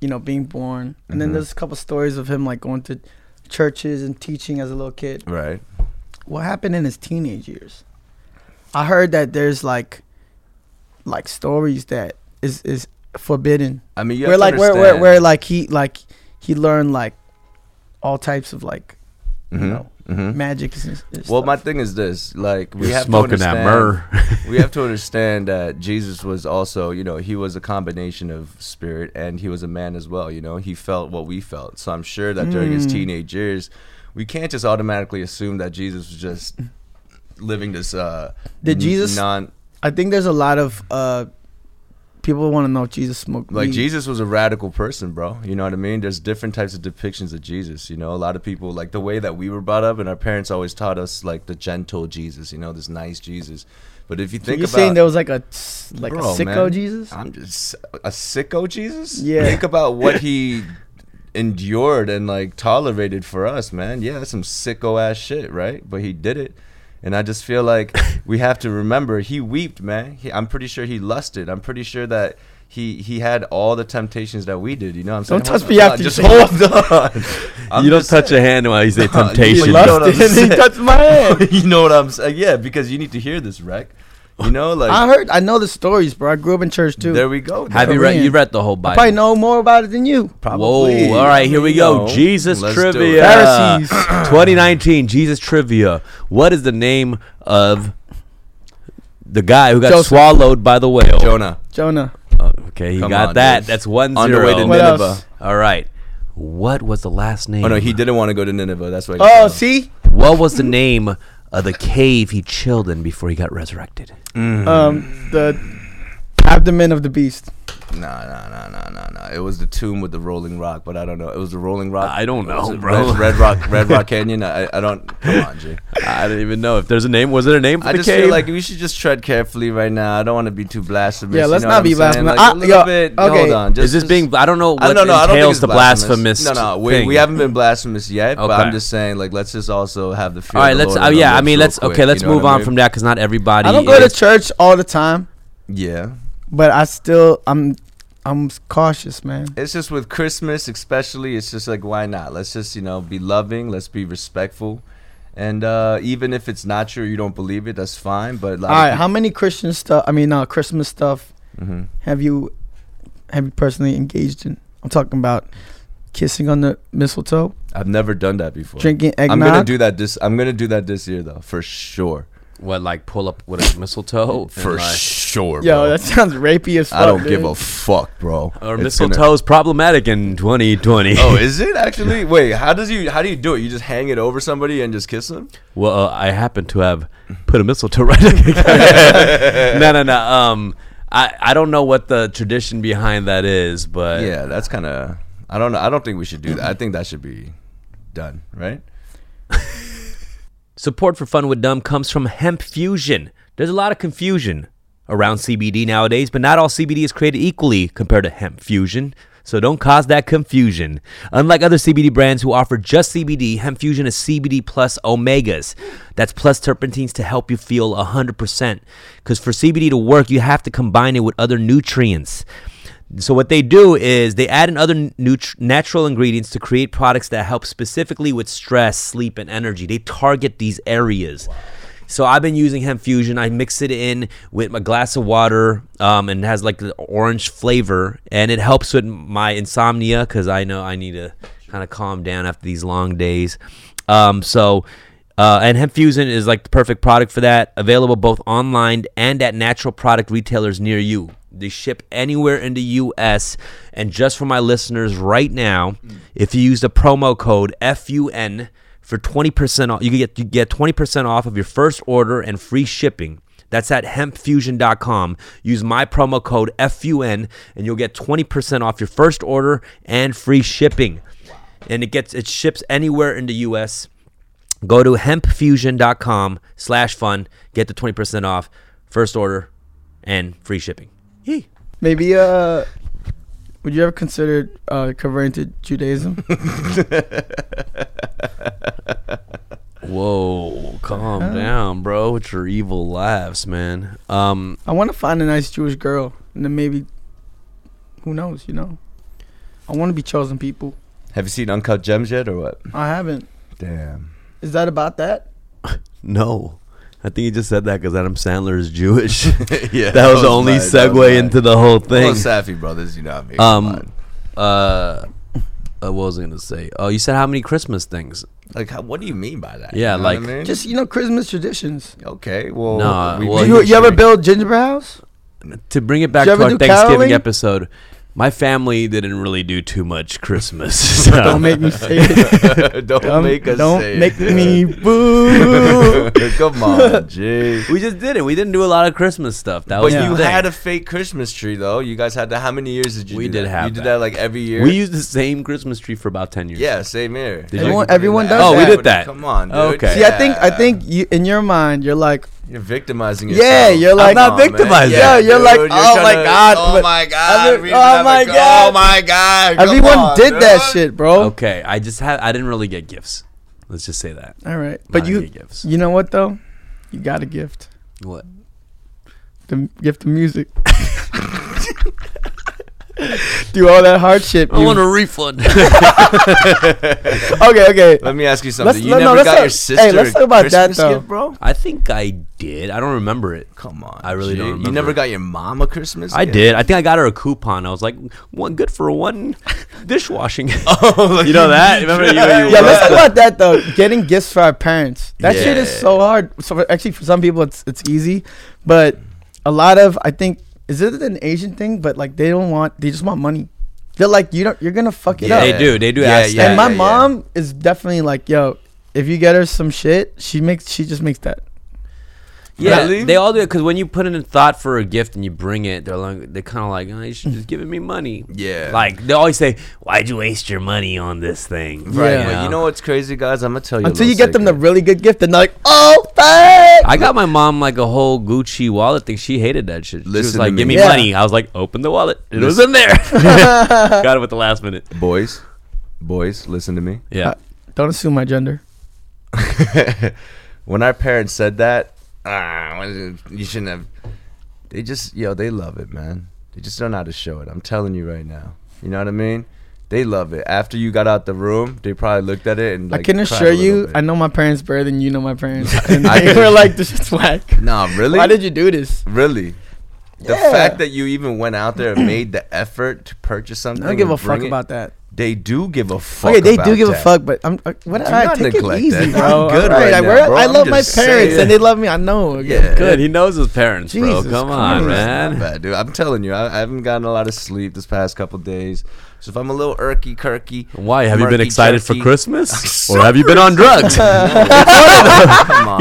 you know, being born, and then
Mhm.
there's a couple stories of him like going to churches and teaching as a little kid.
right.
What happened in his teenage years? I heard that there's like, like stories that is is forbidden.
I mean, you have
Where
to
like where, where
understand-
where like he like he learned like all types of like you
Mhm.
know
Mhm.
magic. And, s- and
Well,
stuff.
my thing is this: like we
you're
have
smoking
to
that
understand,
myrrh.
we have to understand that Jesus was also, you know, he was a combination of spirit and he was a man as well. You know, he felt what we felt. So I'm sure that during his
Mm.
teenage years, we can't just automatically assume that Jesus was just living this. uh
Did
n-
Jesus-
non
I think there's a lot of uh people want to know if Jesus smoked
like
weed.
Jesus was a radical person, bro. You know what I mean? There's different types of depictions of Jesus. You know, a lot of people like the way that we were brought up, and our parents always taught us like the gentle Jesus. You know, this nice Jesus. But if you
So
think
you're
about
saying there was like a s- like
Bro,
a sicko
man.
Jesus?
I'm just a sicko Jesus.
Yeah.
Think about what he endured and like tolerated for us, man. Yeah, that's some sicko ass shit, right? But he did it. And I just feel like we have to remember he weeped, man. He, I'm pretty sure he lusted. I'm pretty sure that he he had all the temptations that we did. You know what I'm saying?
Don't touch
Hold
me
on,
after you
Just
say
hold on. I'm
you don't
just-
touch a hand while you say
No, you
temptation.
love
bro.
what I'm
Dustin, he
saying.
touched my hand.
you know what I'm saying? Yeah, because you need to hear this, wreck. You know, like
I heard, I know the stories, bro. I grew up in church too.
there we go.
Have you read?
Korean.
You read the whole Bible.
I probably know more about it than you.
Probably.
Whoa! All right, here we
No.
go. Jesus
Let's do it.
trivia.
Pharisees.
2019 Jesus trivia. What is the name of the guy who got
Joseph.
swallowed by the whale?
Jonah.
Jonah,
Oh, okay, he
Come
got
on,
that.
dude.
That's one
On the
zero.
way to
What
Nineveh.
else?
All right. What was the last name?
Oh no, he didn't want to go to Nineveh. That's why. he
Oh,
got
see,
What was the name of the cave he chilled in before he got resurrected?
Hmm.
um, the abdomen of the beast.
it. Nah, nah, nah, nah, nah, nah. It was the tomb with the rolling rock, but I don't know. It was the rolling rock.
I don't know,
Was it
bro.
Red, Red Rock, Red Rock Canyon. I, I don't. Come on, Jay.
I don't even know if there's a name. Was there a name for
I
the
just
cave?
feel like we should just tread carefully right now. I don't want to be too blasphemous.
Yeah,
you
let's
know
not
what
be
I'm saying?
blasphemous.
Like,
I-
a little
yo,
bit.
okay.
Hold on.
is this being? I don't know what
I don't know. I don't think
entails
it's
the blasphemous.
No, no, we,
thing.
we haven't been blasphemous yet. But
Okay.
I'm just saying, like, let's just also have the fear.
All right,
of the
let's.
Lord
Oh
in our
yeah, I
lips
mean,
real
let's.
quick,
Okay,
you
let's
know what
move
I
on
mean?
from that because not everybody.
I don't go to
is-
church all the time,
Yeah,
but I still, I'm, I'm cautious, man.
it's just with Christmas, especially, it's just like, why not? Let's just, you know, be loving. Let's be respectful. And uh, even if it's not true, you don't believe it, that's fine. But like,
All right, how many Christian stuff? I mean, uh, Christmas stuff
Mhm.
have you, have you personally engaged in? I'm talking about kissing on the mistletoe,
I've never done that before.
drinking eggnog.
I'm gonna do that this. I'm gonna do that this year though, for sure.
what like pull up with a mistletoe and,
for
like-
sure,
Yo,
bro.
that sounds rapey as fuck.
I don't
dude.
give a fuck, bro.
or
It's
mistletoe's
gonna-
problematic in 2020.
Oh, is it actually? Wait, how does you how do you do it? You just hang it over somebody and just kiss them?
Well, uh, I happen to have put a mistletoe right. in the guy. no, no, no. Um, I I don't know what the tradition behind that is, but
Yeah, that's kind of. I don't know. I don't think we should do that. I think that should be done, right?
Support for Fun with Dumb comes from Hemp Fusion. There's a lot of confusion around CBD nowadays, but not all CBD is created equally compared to Hemp Fusion. So don't cause that confusion. Unlike other CBD brands who offer just CBD, Hemp Fusion is CBD plus omegas. That's plus terpenes to help you feel 100%. Because for CBD to work, you have to combine it with other nutrients. So what they do is they add in other nut- natural ingredients to create products that help specifically with stress, sleep, and energy. They target these areas. So I've been using hemp fusion. I mix it in with a glass of water, um, and it has like the orange flavor, and it helps with my insomnia because I know I need to kind of calm down after these long days. Um, so uh, and hemp fusion is like the perfect product for that. Available both online and at natural product retailers near you. They ship anywhere in the U.S. And just for my listeners right now, if you use the promo code FUN for twenty percent off, you can get you get twenty percent off of your first order and free shipping. That's at hempfusion.com. Use my promo code FUN and you'll get 20% off your first order and free shipping. And it gets it ships anywhere in the US go to hempfusion.com slash fun get the 20% off first order and free shipping Yee.
Maybe uh, would you ever consider uh converting to Judaism?
whoa calm down bro with your evil laughs man um
I want to find a nice Jewish girl, and then maybe, who knows? You know, I want to be chosen people.
Have you seen Uncut Gems yet, or what?
I haven't.
Damn.
Is that about that?
no i think you just said that because adam sandler is jewish that
yeah,
was the only
mine, that
segue
was mine.
into the whole
Well,
thing
Safi brothers, you know what I
Um,
mean. Um,
uh uh, what was I gonna say? Oh, you said how many Christmas things?
like, how, what do you mean by that?
Yeah,
You know what I
like-
mean?
Just you know, Christmas traditions.
okay. Well,
Nah,
we-
well,
we-
you, you ever build gingerbread house?
To bring it back
Did
to
you
our
ever do
Thanksgiving
caroling?
episode, my family didn't really do too much Christmas. so-
Don't make me say it.
don't
Don't
make us.
Um, don't
say
make
it.
me boo.
Come on, Jay.
We just didn't. We didn't do a lot of Christmas stuff. That
But
was
you
the thing.
had a fake Christmas tree, though. You guys had that. How many years did you?
We
do
did
that?
have
You did
that.
that like every year.
we used the same Christmas tree for about ten years.
yeah, same here.
you-
Everyone- everyone does
Oh, we
that.
did that.
Come on, dude.
Okay.
See, I think I think you in your mind you're like,
You're victimizing yourself.
Yeah, you're like-
not
Come on, man.
victimizing.
Yeah, you're like, oh my God,
Oh
but-
my god.
Every-
we
oh
never
my
go-
God.
Oh my god. come
everyone
on,
did
dude.
that shit, bro.
Okay. I just had. I didn't really get gifts. Let's just say that.
All right, but
Not
you,
any gifts.
you know what though, you got a gift.
What?
The gift of music. Do all that hardship.
I
you-
want a refund.
okay, okay.
Let me ask you something.
Let's-
you
no, no,
never
let's
got
talk-
your sister
hey, let's talk about
a
that,
Christmas
though.
gift, bro?
I think I did. I don't remember it.
Come on.
I really
G.
don't
You
remember.
never got your mom a Christmas
I
gift?
did. I think I got her a coupon. I was like, one good for one dishwashing.
Oh, like
you know that? Remember you? you
Yeah,
were-
let's talk about that though. Getting gifts for our parents. That shit is
Yeah.
so hard. So for, actually, for some people, it's it's easy, but a lot of I think is it an Asian thing? But like they don't want. They just want money. They're like you don't. You're gonna fuck it
Yeah.
up.
They do. They do
Yeah,
ask
yeah,
that.
and my
yeah.
mom is definitely like, yo, if you get her some shit, she makes she just makes that.
Yeah,
Really?
they all do it because when you put in a thought for a gift and you bring it, they're like, they're kind of like, oh, you should just giving me money.
Yeah.
like they always say, "Why'd you waste your money on this thing?"
Right.
Yeah.
But you know what's crazy, guys? I'm going to tell you. a
Until you
little
get them the
secret.
really good gift, and they're like, oh, thanks.
I got my mom like a whole Gucci wallet thing. She hated that shit. she
Listen
was
to
like,
me.
"Give me
Yeah.
money." I was like, "Open the wallet." It was in there. got it with the last minute.
Boys, boys, listen to me.
Yeah.
Uh, don't assume my gender.
when our parents said that, ah, what is it? you shouldn't have. They just, yo, they love it, man. They just don't know how to show it. I'm telling you right now. You know what I mean? They love it. After you got out the room, they probably looked at it and like,
I can
cried a
assure
little
you,
bit.
I know my parents better than you know my parents. And
I
they
can-
were like, this is whack.
Nah, really?
Why did you do this?
really? The
Yeah.
fact that you even went out there and made the effort to purchase something.
I don't give a
and bring
fuck
it-
about that.
They do give a fuck.
Okay, they do
about
give a
that.
fuck, but I'm uh, what?
Do
all right,
not
take it
neglect
easy,
that.
bro.
I'm good
All
right
I,
now,
wear-
bro.
I
I'm
love my parents
just saying.
and they love me. I know.
Yeah.
Good. He knows his parents, bro.
Jesus
Come on,
Christ.
Not
man.
bad, dude. I'm telling you, I, I haven't gotten a lot of sleep this past couple days. So if I'm a little irky, kirky.
Why have you been
murky,
excited for
jerky-
Christmas, or have you been on drugs?
Come on,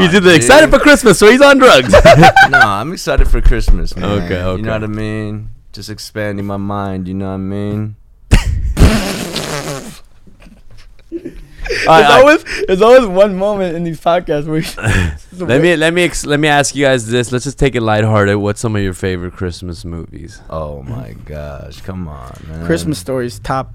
He's either
dude.
excited for Christmas, so he's on drugs.
no, I'm excited for Christmas, man.
Okay,
You
okay.
know what I mean? Just expanding my mind. You know what I mean?
All right,
There's
all right.
always there's always one moment in these podcasts where you,
Let me let me ex- let me ask you guys this. Let's just take it lighthearted. What's some of your favorite Christmas movies?
Oh my gosh! Come on, man.
Christmas stories top.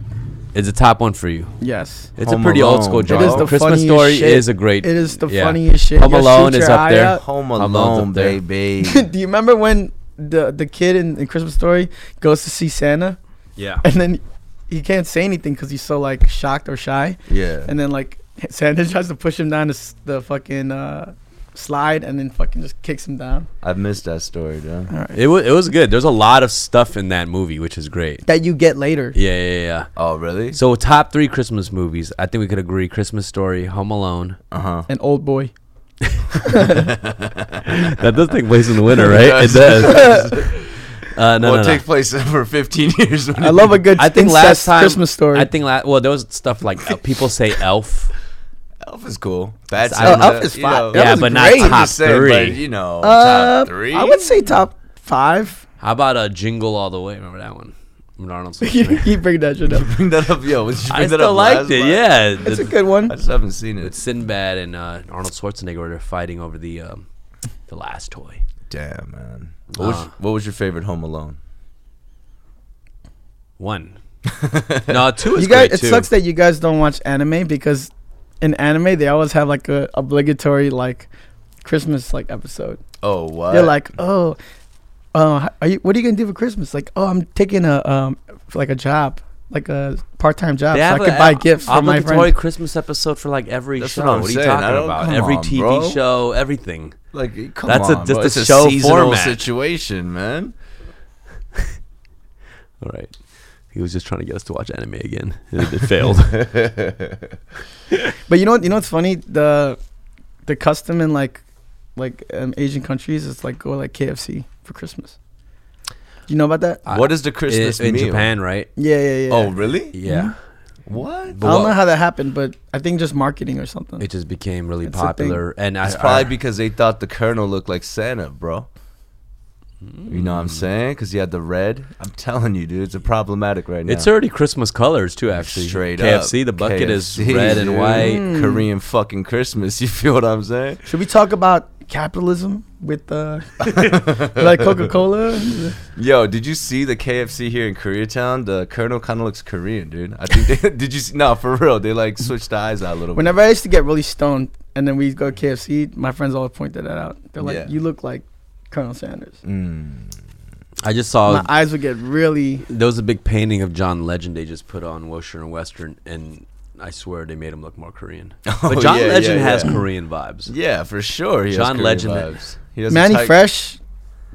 It's a top one for you.
Yes,
It's
Home
a pretty old school
Alone, bro.
joke.
It is the
Christmas
funniest
Story
shit.
is a great.
it is the
yeah.
funniest shit.
Home
You'll
Alone
shoot
is
your
up
eye
there.
out.
Home
Alone's
Alone,
up there.
baby.
Do you remember when the the kid in, in Christmas Story goes to see Santa
Yeah.
and then he can't say anything because he's so like shocked or shy,
yeah.
and then like Santa tries to push him down the, s- the fucking uh, slide and then fucking just kicks him down.
I've missed that story, dude.
All right,
It was it was good. There's a lot of stuff in that movie, which is great.
that you get later.
Yeah, yeah, yeah.
Oh, really?
So top three Christmas movies. I think we could agree: Christmas Story, Home Alone.
Uh huh.
An old boy.
That does take place in the winter,
It
right? It does. Uh, no,
well,
no,
it
no.
takes place over 15 years.
I love a good
I think last
incest
time
Christmas story.
I think last well, there was stuff like uh, people say Elf.
Elf is cool. Bad
I don't
Santa,
know. Elf is
you
fine.
know.
That
yeah,
was
but not
great. I'm
top
Just saying,
three.
but, you know,
Uh,
top three.
I would say top five.
How about a Jingle All the Way? Remember that one? From Arnold
you
Schwarzenegger.
keep bringing that shit up.
bring that up, yo. Would you bring
I
that
still
up
liked
last
it.
month?
Yeah,
It's
The-
a good
I
one.
just haven't seen
with
it.
Sinbad and uh, Arnold Schwarzenegger, where they're fighting over the um, the last toy.
Damn, man. What was,
Uh.
what was your favorite Home Alone?
One. no, two is
You guys,
great
it
too.
sucks that you guys don't watch anime because in anime they always have like a obligatory like Christmas like episode.
Oh, what?
They're like, oh, uh, are you? What are you gonna do for Christmas? Like, oh, I'm taking a um like a job, like a part time job,
They
so I
have
could
a-
buy gifts for my
obligatory
friends.
Christmas episode for like every
That's
show.
what I'm
are you
saying. I
talking
don't-
about?
come
Every
on,
TV
bro.
show, everything.
like, come
That's a-
on,
just
bro.
a
It's a
show
seasonal
format.
situation, man.
All right. He was just trying to get us to watch anime again. It, it failed.
But you know, what, you know what's funny? The the custom in like like um, Asian countries is like go like KFC for Christmas. You know about that?
I-
what is the Christmas
in, in
meal?
Japan, right?
Yeah, yeah, yeah.
Oh, really?
Yeah.
What?
But
I don't
what-
know how that happened, but I think just marketing or something.
It just became really
It's a thing.
popular, and I,
It's probably
I-
because they thought the Colonel looked like Santa, bro. You know what
Hmm.
I'm saying? Because he had the red. I'm telling you, dude, it's a problematic right now.
it's already Christmas colors too. Actually,
straight up.
KFC. The bucket
KFC,
is red and
dude.
white.
Korean fucking Christmas. You feel what I'm saying?
Should we talk about capitalism with uh, like Coca Cola?
Yo, did you see the KFC here in Koreatown? The Colonel kind of looks Korean, dude. I think. They, did you? See, no, for real. They like switched the eyes out a little.
Whenever I used to get really stoned and then we'd go to KFC, my friends always pointed that out. They're like,
Yeah.
"You look like Colonel Sanders."
bit. Mm.
I just
Oh.
saw
my eyes would get really.
There was a big painting of John Legend they just put on Wilshire and Western, and I swear they made him look more Korean. but John
Oh, yeah, yeah,
Legend has
yeah.
Korean vibes.
Yeah, for sure. He
John
has Korean
Legend-
vibes. He has a
Manny
tight-
Fresh,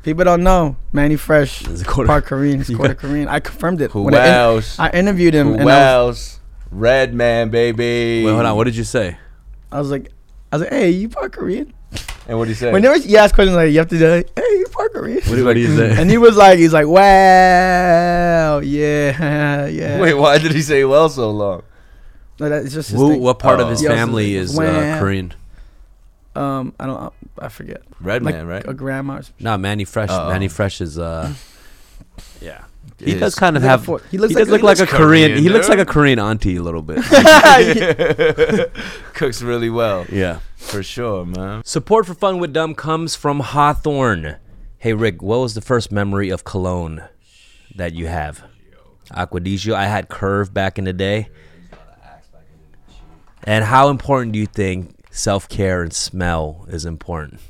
people don't know Manny Fresh,
He's a quarter-
part Korean, he's
You
quarter
got-
Korean. I confirmed it.
Who
When I in-
else?
I interviewed him,
Who
and um, I, was,
else? Red man, baby.
Wait, hold on. What did you say?
I was like, "I was like, hey, you part Korean?"
And what did he say?
Whenever you ask questions like, you have to do, like, "Hey, you part Korean?"
What, did- what did you say?
and he was like, he's like, wow, yeah, yeah.
Wait, why did he say well so long?
no, that, it's just his
Who,
thing.
what part of
Oh.
his
Yeah, I was
family
like,
is uh,
"Wah."
Korean?
Um, I don't, I forget.
Red
Like
man, right?
a grandma. or
No, Manny Fresh.
Oh.
Manny Fresh is. Uh, yeah, he
Yes.
does kind of
He's like a
have.
four-
He
he
looks
looks like-
does look
he
like a
looks
Korean.
Korean,
He looks
dude.
like a Korean auntie a little bit.
something.
Cooks really well,
yeah.
for sure, man.
Support for Fun with Dumb comes from Hawthorne. Hey, Rick, what was the first memory of cologne that you have? Aquadigio. I had Curve back in the day. And how important do you think self care and smell is important?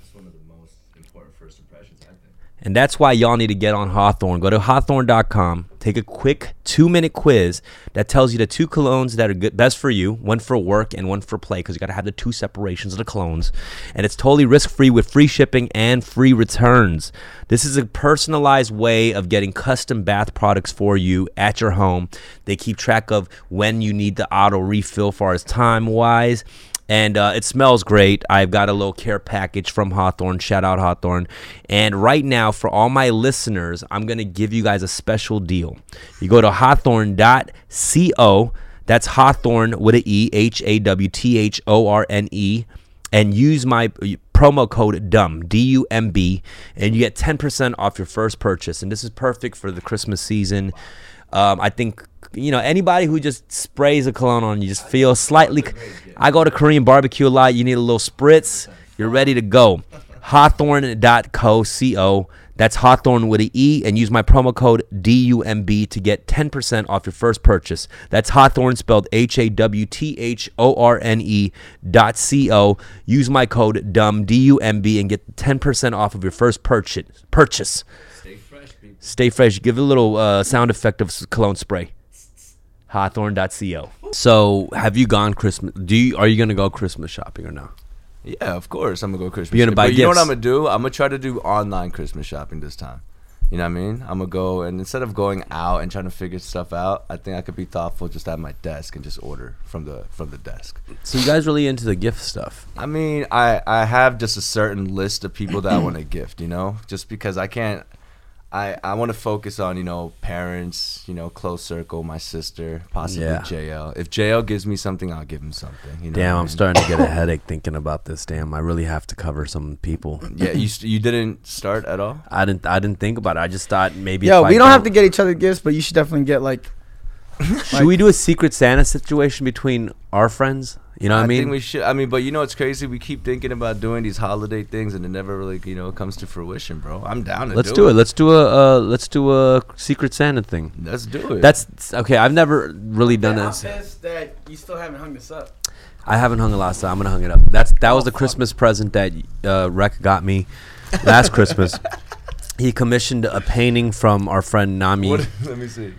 And that's why y'all need to get on Hawthorne. Go to hawthorne.com, take a quick two minute quiz that tells you the two colognes that are good, best for you one for work and one for play, because you got to have the two separations of the colognes. And it's totally risk free with free shipping and free returns. This is a personalized way of getting custom bath products for you at your home. They keep track of when you need the auto refill, far as time wise and uh, it smells great. I've got a little care package from Hawthorne. Shout out Hawthorne. And right now, for all my listeners, I'm going to give you guys a special deal. You go to hawthorne.co. That's Hawthorne with a E, H A W T H O R N E, and use my promo code DUMB, D U M B, and you get 10% off your first purchase. And this is perfect for the Christmas season. Um, I think you know anybody who just sprays a cologne on you just feel slightly. I go to Korean barbecue a lot. You need a little spritz. You're ready to go. Hawthorne.co. co. That's Hawthorne with an E, and use my promo code DUMB to get 10% off your first purchase. That's Hawthorne spelled H A W T H O R N E dot co. Use my code DUMB D U M B and get 10% off of your first purchase. Purchase. Stay fresh. Give it a little uh, sound effect of s- cologne spray. Hawthorne.co. So, have you gone Christmas? Do you are you gonna go Christmas shopping or no?
Yeah, of course I'm gonna go Christmas.
You're gonna
shopping.
buy
but you know what
gifts.
I'm gonna do? I'm gonna try to do online Christmas shopping this time. You know what I mean? I'm gonna go and instead of going out and trying to figure stuff out, I think I could be thoughtful just at my desk and just order from the from the desk.
So you guys really into the gift stuff?
I mean, I I have just a certain list of people that I want to gift, you know, just because I can't. I I want to focus on you know parents, you know, close circle, my sister, possibly
Yeah.
JL. If JL gives me something, I'll give him something. You know
Damn,
what I
I'm
mean?
starting to get a headache thinking about this. Damn, I really have to cover some people.
Yeah, you st- you didn't start at all.
I didn't I didn't think about it. I just thought maybe.
Yo,
if I
we don't have to get each other gifts, but you should definitely get like
Should we do a Secret Santa situation between our friends? You know what I mean?
think we should. I mean, but you know what's crazy? We keep thinking about doing these holiday things, and it never really, you know, comes to fruition, bro. I'm down to
let's do it. Let's do a uh, let's do a Secret Santa thing.
Let's do it.
That's okay. I've never really done this.
that you still haven't hung this up.
I haven't hung it last time. I'm gonna hung it up. That's that was the Christmas present that uh, Rec got me last Christmas. He commissioned a painting from our friend Nami.
What, let me see.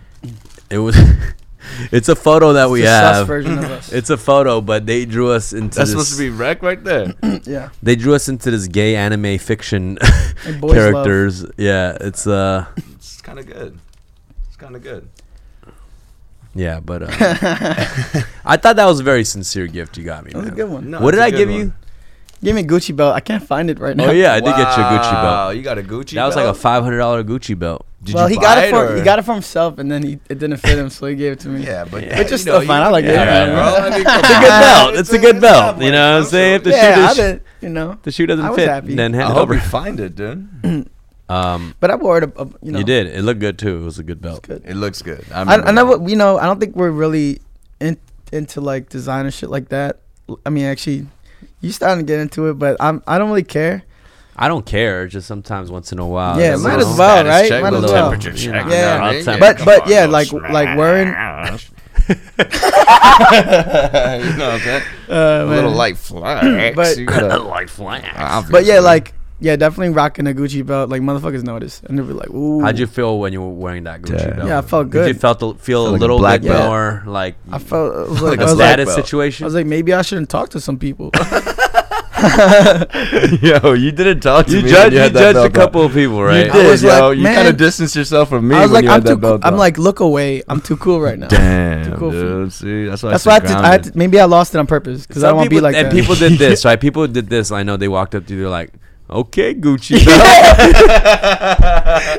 It was. it's a photo that we
the sus
have.
version of us.
It's a photo, but they drew us into this.
That's supposed to be wreck right there.
yeah.
they drew us into this gay anime fiction
And boys love.
characters. Yeah, it's uh,
it's kind of good. It's kind of good.
yeah, but uh, I thought that was a very sincere gift you got me.
That was a
man.
good one.
No,
what
it's
did
a
I
good
give
one.
you?
Give me a Gucci belt. I can't find it right now.
Oh yeah, I did get you a Gucci
Wow,
belt.
You got a Gucci.
That was like a five hundred dollar Gucci belt.
Did
well,
you
he got
buy
it for
or-
he got it for himself, and then he it didn't fit him, so he gave it to me.
Yeah, but yeah,
It's just still fine. I like it.
Yeah.
yeah, bro. I mean, come
It's a
on.
good belt. It's a good belt. You know what I'm saying? If the
yeah, I
shoe does,
did, you know.
the shoe
I
doesn't
was
fit,
happy.
then
I
hand it
hope you
over.
find it, dude.
Um,
But I wore it. A, a- you know,
you did. It looked good too. It was a good
It's
belt.
good.
It looks good.
I,
remember
I
that.
never, you know, I don't think we're really in, into like design and shit like that. L- I mean, actually, you starting to get into it, but I'm I don't really care.
I don't care. Just sometimes once in a while.
Yeah,
it's a
might
little-
as well,
status
right?
check,
Might
little
as well.
temperature
You
check,
know,
Yeah.
I
I'll
mean?
tell-
But
come
but
on,
yeah,
little
like
smack.
like wearing
you know what I'm saying?
uh,
A little
man.
light flex.
But-
you gotta,
like flash.
obviously.
But yeah, like yeah, definitely rocking a Gucci belt. Like motherfuckers notice, and they'll be like, "Ooh."
How'd you feel when you were wearing that Gucci
Damn.
belt?
Yeah, I felt
Did
good.
you felt the, feel
Felt
a
like a
little
black
bit
belt.
more like
I felt I was
Like
like,
a
I
a
was like,
status
belt.
I
situation?
was like, maybe I shouldn't talk to some people.
yo, you didn't talk
you judged, you judged a couple of people, right?
did. I was like, man-
kinda distanced yourself from me
I was
when
like,
you had
I'm
that
too. Cool.
belt
I'm
on.
like, look away. I'm too cool right now.
damn,
cool for you.
dude. See, that's why.
That's
I,
why I
stay
had to, I had
grounded.
to, maybe I lost it on purpose because I
Some
don't want to be
people-
like
and
that.
people did this, right? People did this. I know they walked up to you. They're like, "Okay, Gucci." That's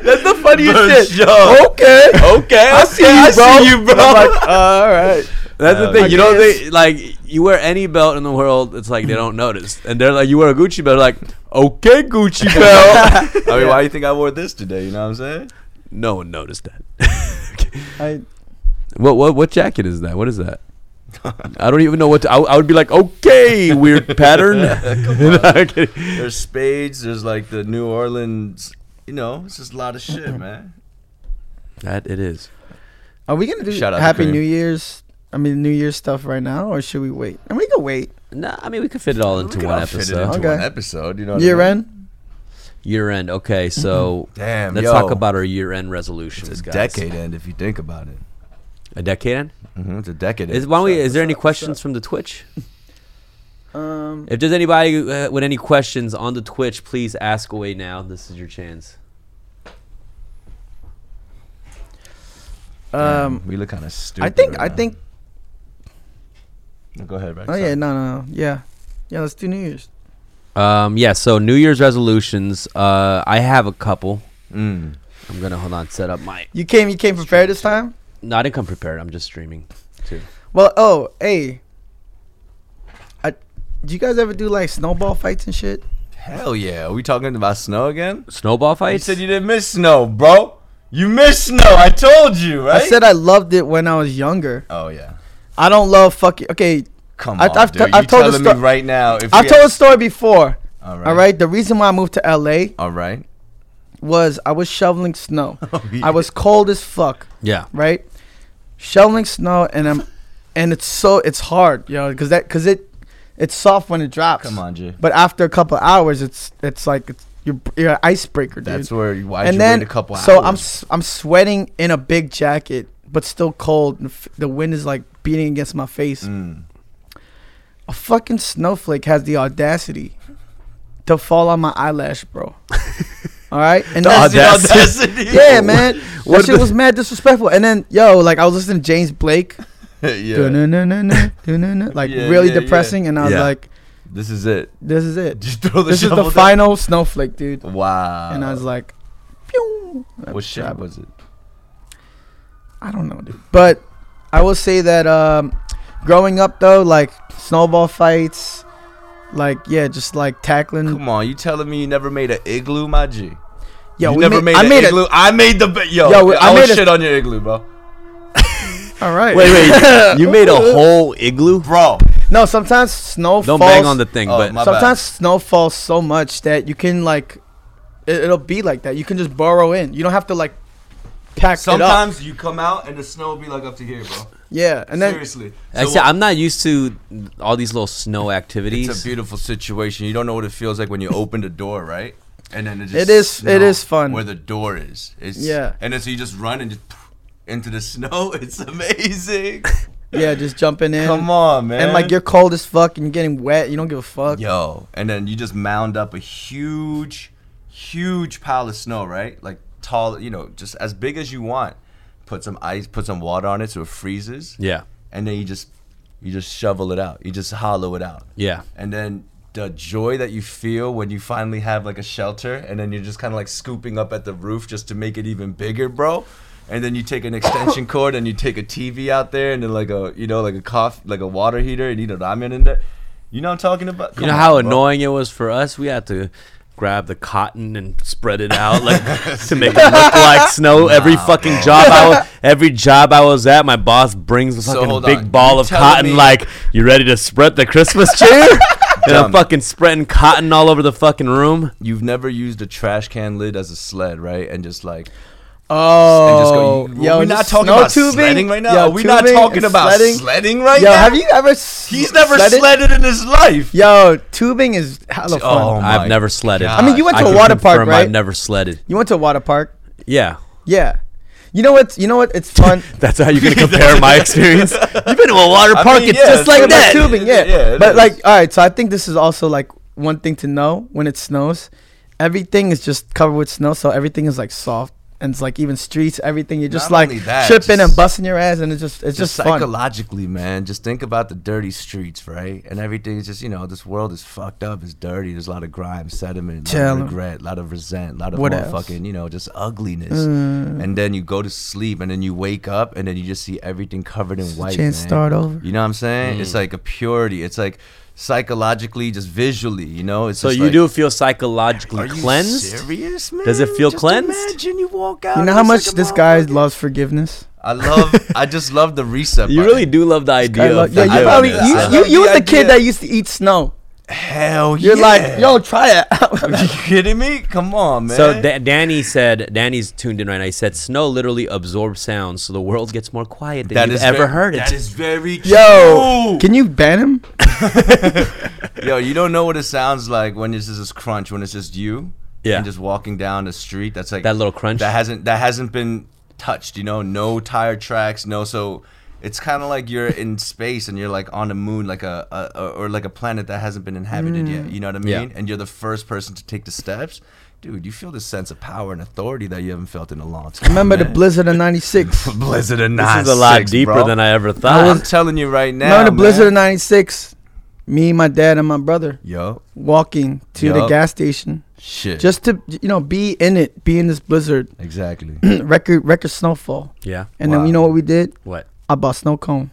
the funniest shit.
okay.
Okay, I see, you, bro. Oh,
I'm like, all right.
That's
Uh,
the thing.
I
You know,
guess.
they like you wear any belt in the world. It's like they don't notice, and they're like, "You wear a Gucci belt." Like, okay, Gucci belt.
I mean, why do you think I wore this today? You know what I'm saying?
no one noticed that.
I,
What what what jacket is that? What is that? I don't even know what to, I, I would be like. Okay, weird pattern. No, I'm kidding.
There's spades. There's like the New Orleans. You know, it's just a lot of shit, man.
that it is.
are we gonna do
Shout out to
Happy
Kareem.
New Year's? I mean, New Year's stuff right now, or should we wait? I mean, we can wait.
No, I mean we could fit it all
We
into
could
one
all fit it
episode.
Into
Okay.
one episode. You know. what I
Year
mean?
end.
Year end. Okay, so
Mm-hmm. Damn,
let's
yo.
talk about our year end resolutions,
It's a
guys.
decade end if you think about it.
A decade end.
hmm it's a decade end.
Is, why don't we, is there any
up, what's
questions from the Twitch?
Um,
If there's anybody uh, with any questions on the Twitch, please ask away now. This is your chance.
Damn,
um,
we look kind of stupid.
I think I
right now.
think.
No, Go ahead, Rex.
Oh yeah, no, no, no, yeah, yeah. Let's do New Year's.
Um, yeah, so New Year's resolutions. Uh, I have a couple.
Mm.
I'm gonna hold on, set up my.
You came, you came prepared this time.
No, I didn't come prepared. I'm just streaming too.
Well, oh, hey, I, do you guys ever do like snowball fights and shit?
Hell yeah. Are we talking about snow again?
Snowball
You
fights.
said you didn't miss snow, bro. You missed snow. I told you, right?
I said I loved it when I was younger.
Oh yeah.
I don't love fucking. Okay,
Come
I-
on,
I've
dude.
to-
you
I've told the
telling
sto-
me right now. If
I've
we-
told a story before.
All right.
All right, the reason why I moved to LA
All right.
was I was shoveling snow.
Oh, yeah.
I was cold as fuck.
yeah.
right? Shoveling snow and I'm, and it's so it's hard, yo, because that because it, it's soft when it drops.
Come on, Jay.
But after a couple hours, it's it's like it's, you're you're an icebreaker, dude.
That's where you why'd
and
you
then
wait a couple
so I'm
hours?
s- I'm sweating in a big jacket, but still cold. And f- the wind is like beating against my face.
Mm.
A fucking snowflake has the audacity to fall on my eyelash, bro. All right, and
That's
that's
the audacity.
yeah, man.
What
that shit
the-
was mad disrespectful. And then, yo, like I was listening to James Blake,
yeah.
Dun-dun-dun-dun, dun-dun-dun, like
Yeah,
really
yeah, yeah.
depressing, and I was
Yeah.
like,
This is it.
"This is it.
Just throw the
this is
shovel
the
down.
final snowflake, dude."
Wow.
and I was like, "Pew." That
what shit
crap.
was it?
I don't know, dude. But I will say that um, growing up though, like snowball fights, like yeah, just like tackling.
Come on, you telling me you never made an igloo, my G?
Yo,
you
we
never
ma-
made
I
an
made
igloo. I made the ba- yo.
Yo, we- I
I,
made
made
a-
shit on your igloo, bro.
it. All right.
Wait, wait. you made a whole igloo.
Bro,
No, sometimes snow
Don't
falls.
bang on the thing,
Oh,
but
my- bad.
sometimes snow falls so much that you can like, it, it'll be like that. You can just borrow in. You don't have to like pack it up.
sometimes you come out and the snow will be like up to here, bro.
Yeah, and then
Seriously.
I
So
said I'm not used to all these little snow activities.
It's a beautiful situation. You don't know what it feels like when you open the door, right? And then it just
It is- it
snow
is fun.
where the door is. It's,
Yeah.
and then so you just run and just into the snow. It's amazing.
yeah, just jumping in.
Come on, man.
And like you're cold as fuck and you're getting wet. You don't give a fuck.
yo, and then you just mound up a huge, huge pile of snow, right? Like tall, you know, just as big as you want. Put some ice, put some water on it so it freezes,
yeah.
and then you just you just shovel it out. You just hollow it out.
Yeah.
and then the joy that you feel when you finally have like a shelter and then you're just kind of like scooping up at the roof just to make it even bigger bro and then you take an extension cord and you take a tv out there and then like a you know like a coffee like a water heater and eat a ramen in there you know what i'm talking about
You know
Come
how
on, bro.
annoying it was for us? We had to grab the cotton and spread it out like to make it look like snow. every fucking job I was every job I was at, my boss brings a
So,
fucking
hold
big
on.
ball
You
of
telling
cotton
me-
like, You ready to spread the Christmas cheer? and I'm
Dumb.
fucking spreading cotton all over the fucking room.
you've never used a trash can lid as a sled right and just like and just
Oh,
go, yo, we're
just
not talking
snow
about sledding right now.
Yo,
Are we not
tubing
talking
and
about sledding,
sledding.
right
Yo,
now?
have you ever? s-
He's never
sledded?
sledded in his life.
Yo, tubing is hella
Oh,
fun.
my
I've never sledded.
God. I mean,
you went to
a
a water park, right?
I've never sledded.
You went to a water park?
Yeah.
Yeah. You know what? You know what? It's fun.
That's how you can compare my experience. You've been to a water
I
park,
mean,
it's
yeah,
just
it's
like
like
that.
my
About tubing, yeah.
Yeah, it
but
is.
like, all right. So I think this is also like one thing to know when it snows. Everything is just covered with snow, so everything is like soft, and it's like even streets, everything. You're just
Not
like
only that,
tripping and
just-
busting your ass, and it's just it's
just
just, fun.
psychologically, man. Just think about the dirty streets, right? And everything's just you know, this world is fucked up. It's dirty. There's a lot of grime, sediment, a
Tell
lot
'em.
of regret, a lot of resent, a lot of
What else? Uh.
motherfucking, you know, just ugliness. And then you go to sleep, and then you wake up, and then you just see everything covered in white.
chance
man.
start over.
You know what I'm saying?
Hmm.
It's like a purity. It's like psychologically, just visually. You know, it's
So
just
you
like,
do feel psychologically
Are you
cleansed?
serious, man?
Does it feel
Just
cleansed?
Imagine you walk out.
You
and
know how
it's
much
like a
this guy
motherfucking-
loves forgiveness.
I love. I just love the reset.
You
button.
really do love the
I
idea.
love-
of
yeah,
I
you
forgiveness.
probably
love
you,
that.
you,
I
you
love
was the
the
kid
idea.
that used to eat snow.
Hell
You're
yeah.
like, yo, try it. out."
Are you kidding me? Come on, man.
So da- Danny said, Danny's tuned in right now. He said, "Snow literally absorbs sound, so the world gets more quiet than
That
you've
is
ever
ver-
heard it."
That is very true.
yo, can you ban him?
Yo, you don't know what it sounds like when it's just crunch, when it's just you
Yeah.
and just walking down the street that's like
That little crunch.
that hasn't that hasn't been touched you know no tire tracks no so it's kind of like you're in space and you're like on the moon like a, a, a- or like a planet that hasn't been inhabited yet you know what i
Mm. Yeah.
mean and you're the first person to take the steps dude you feel this sense of power and authority that you haven't felt in a long time
Remember the
man.
blizzard of '96?
blizzard and
this
nine
is a lot
six,
deeper
bro.
than I ever thought.
i'm telling you right now
Remember the
man.
blizzard of '96? Me, my dad, and my brother
yo
walking to the
Yup.
gas station
shit
just to you know be in it, be in this blizzard,
exactly
record record snowfall.
yeah.
And
Wow.
then you know what we did?
What?
I bought snow cone.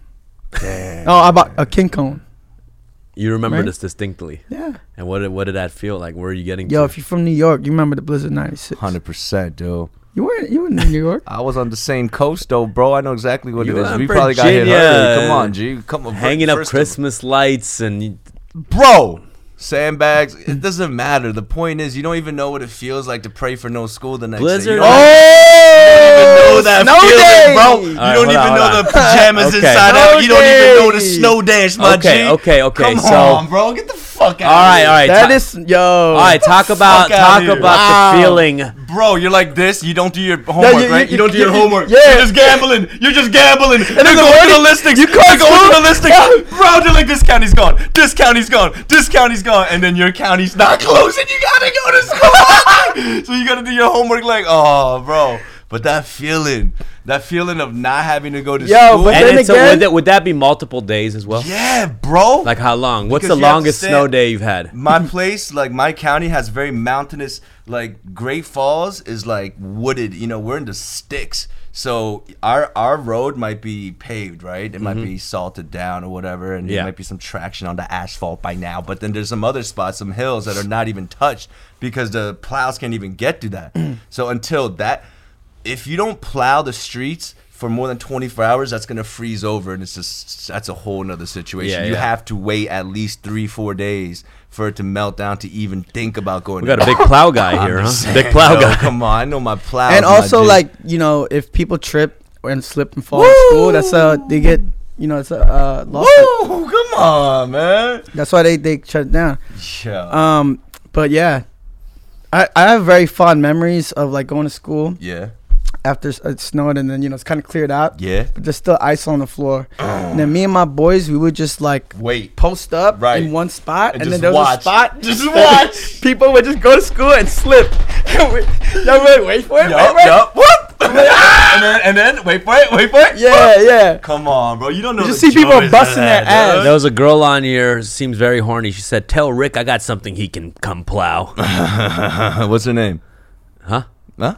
Damn.
Oh, I bought a king cone.
You remember
Right?
this distinctly.
Yeah.
And what did, what did that feel like? Where are you getting
Yo,
to?
if you're from New York, you remember the blizzard '96.
100% dude
You were you were in New York.
I was on the same coast though, bro. I know exactly what
You
it
were
is.
in
We probably got hit
Virginia.
early. Come on, G. Come on,
Hanging up
first of-
Christmas lights and you-
bro. Sandbags. It doesn't matter. The point is, you don't even know what it feels like to pray for no school the next
Blizzard. Oh,
day. You don't even know that feeling, bro.
All right,
you don't
hold
even
on,
know
hold on.
the pajamas
Okay.
inside
Snow
out. You don't even
day.
know the snow dance, my
Okay,
G.
okay, okay,
Come
so-
on, bro. Get the fuck out.
All right, all right.
That
ti-
is yo.
All right, talk about
fuck
talk
outta here.
about
Wow.
the feeling.
Bro, you're like this. You don't do your homework,
you-
right?
you-
You don't do
you-
your
you-
homework.
yeah.
You're just gambling. You're just gambling. And they're going to the listings. You
can't
they're going to
score.
the listings. Bro, they're like, this county's gone. This county's gone. This county's gone. And then your county's not closing. You got to go to school. so you got to do your homework like, oh, bro. But that feeling, that feeling of not having to go to
Yo,
school.
but
And
then
it's a, would,
again-
that, would that be multiple days as well?
yeah, bro.
Like how long? What's
Because
the
you have to
longest
stand-
snow day you've had?
my place, like my county, has very mountainous, like Great Falls is like wooded. You know, we're in the sticks, so our our road might be paved, right? It might be salted down or whatever, and
Yeah.
there might be some traction on the asphalt by now. But then there's some other spots, some hills that are not even touched because the plows can't even get to that. so until that, if you don't plow the streets. For more than 24 hours, that's gonna freeze over, and it's just that's a whole nother situation.
Yeah,
you
yeah.
have to wait at least three, four days for it to melt down to even think about going.
We got a big plow guy here, huh? Big plow guy.
Come on, I know my plow.
and also like you know if people trip and slip and fall in school, that's uh they get you know it's a uh,
woo,
loss.
come on, man.
That's why they they shut it down.
Yeah,
Um, but yeah, I I have very fond memories of like going to school
yeah,
after s- it snowed and then you know it's kind of cleared out.
yeah.
But there's still ice on the floor. And then me and my boys, we would just like
Wait,
post up
Right.
in one spot, and,
just
then there was
watch.
a spot.
Just
that
watch.
People would just go to school and slip. Y'all would wait for it.
yup,
wait, wait.
yup, whoop. and then, and then, wait for it, wait for it.
Yeah, yeah.
Come on, bro. You don't know.
You just
the
see people
joys of
busting
that,
their ass.
dude.
There was a girl on here who seems very horny. She said, "Tell Rick I got something he can come plow."
What's her name?
Huh?
Huh?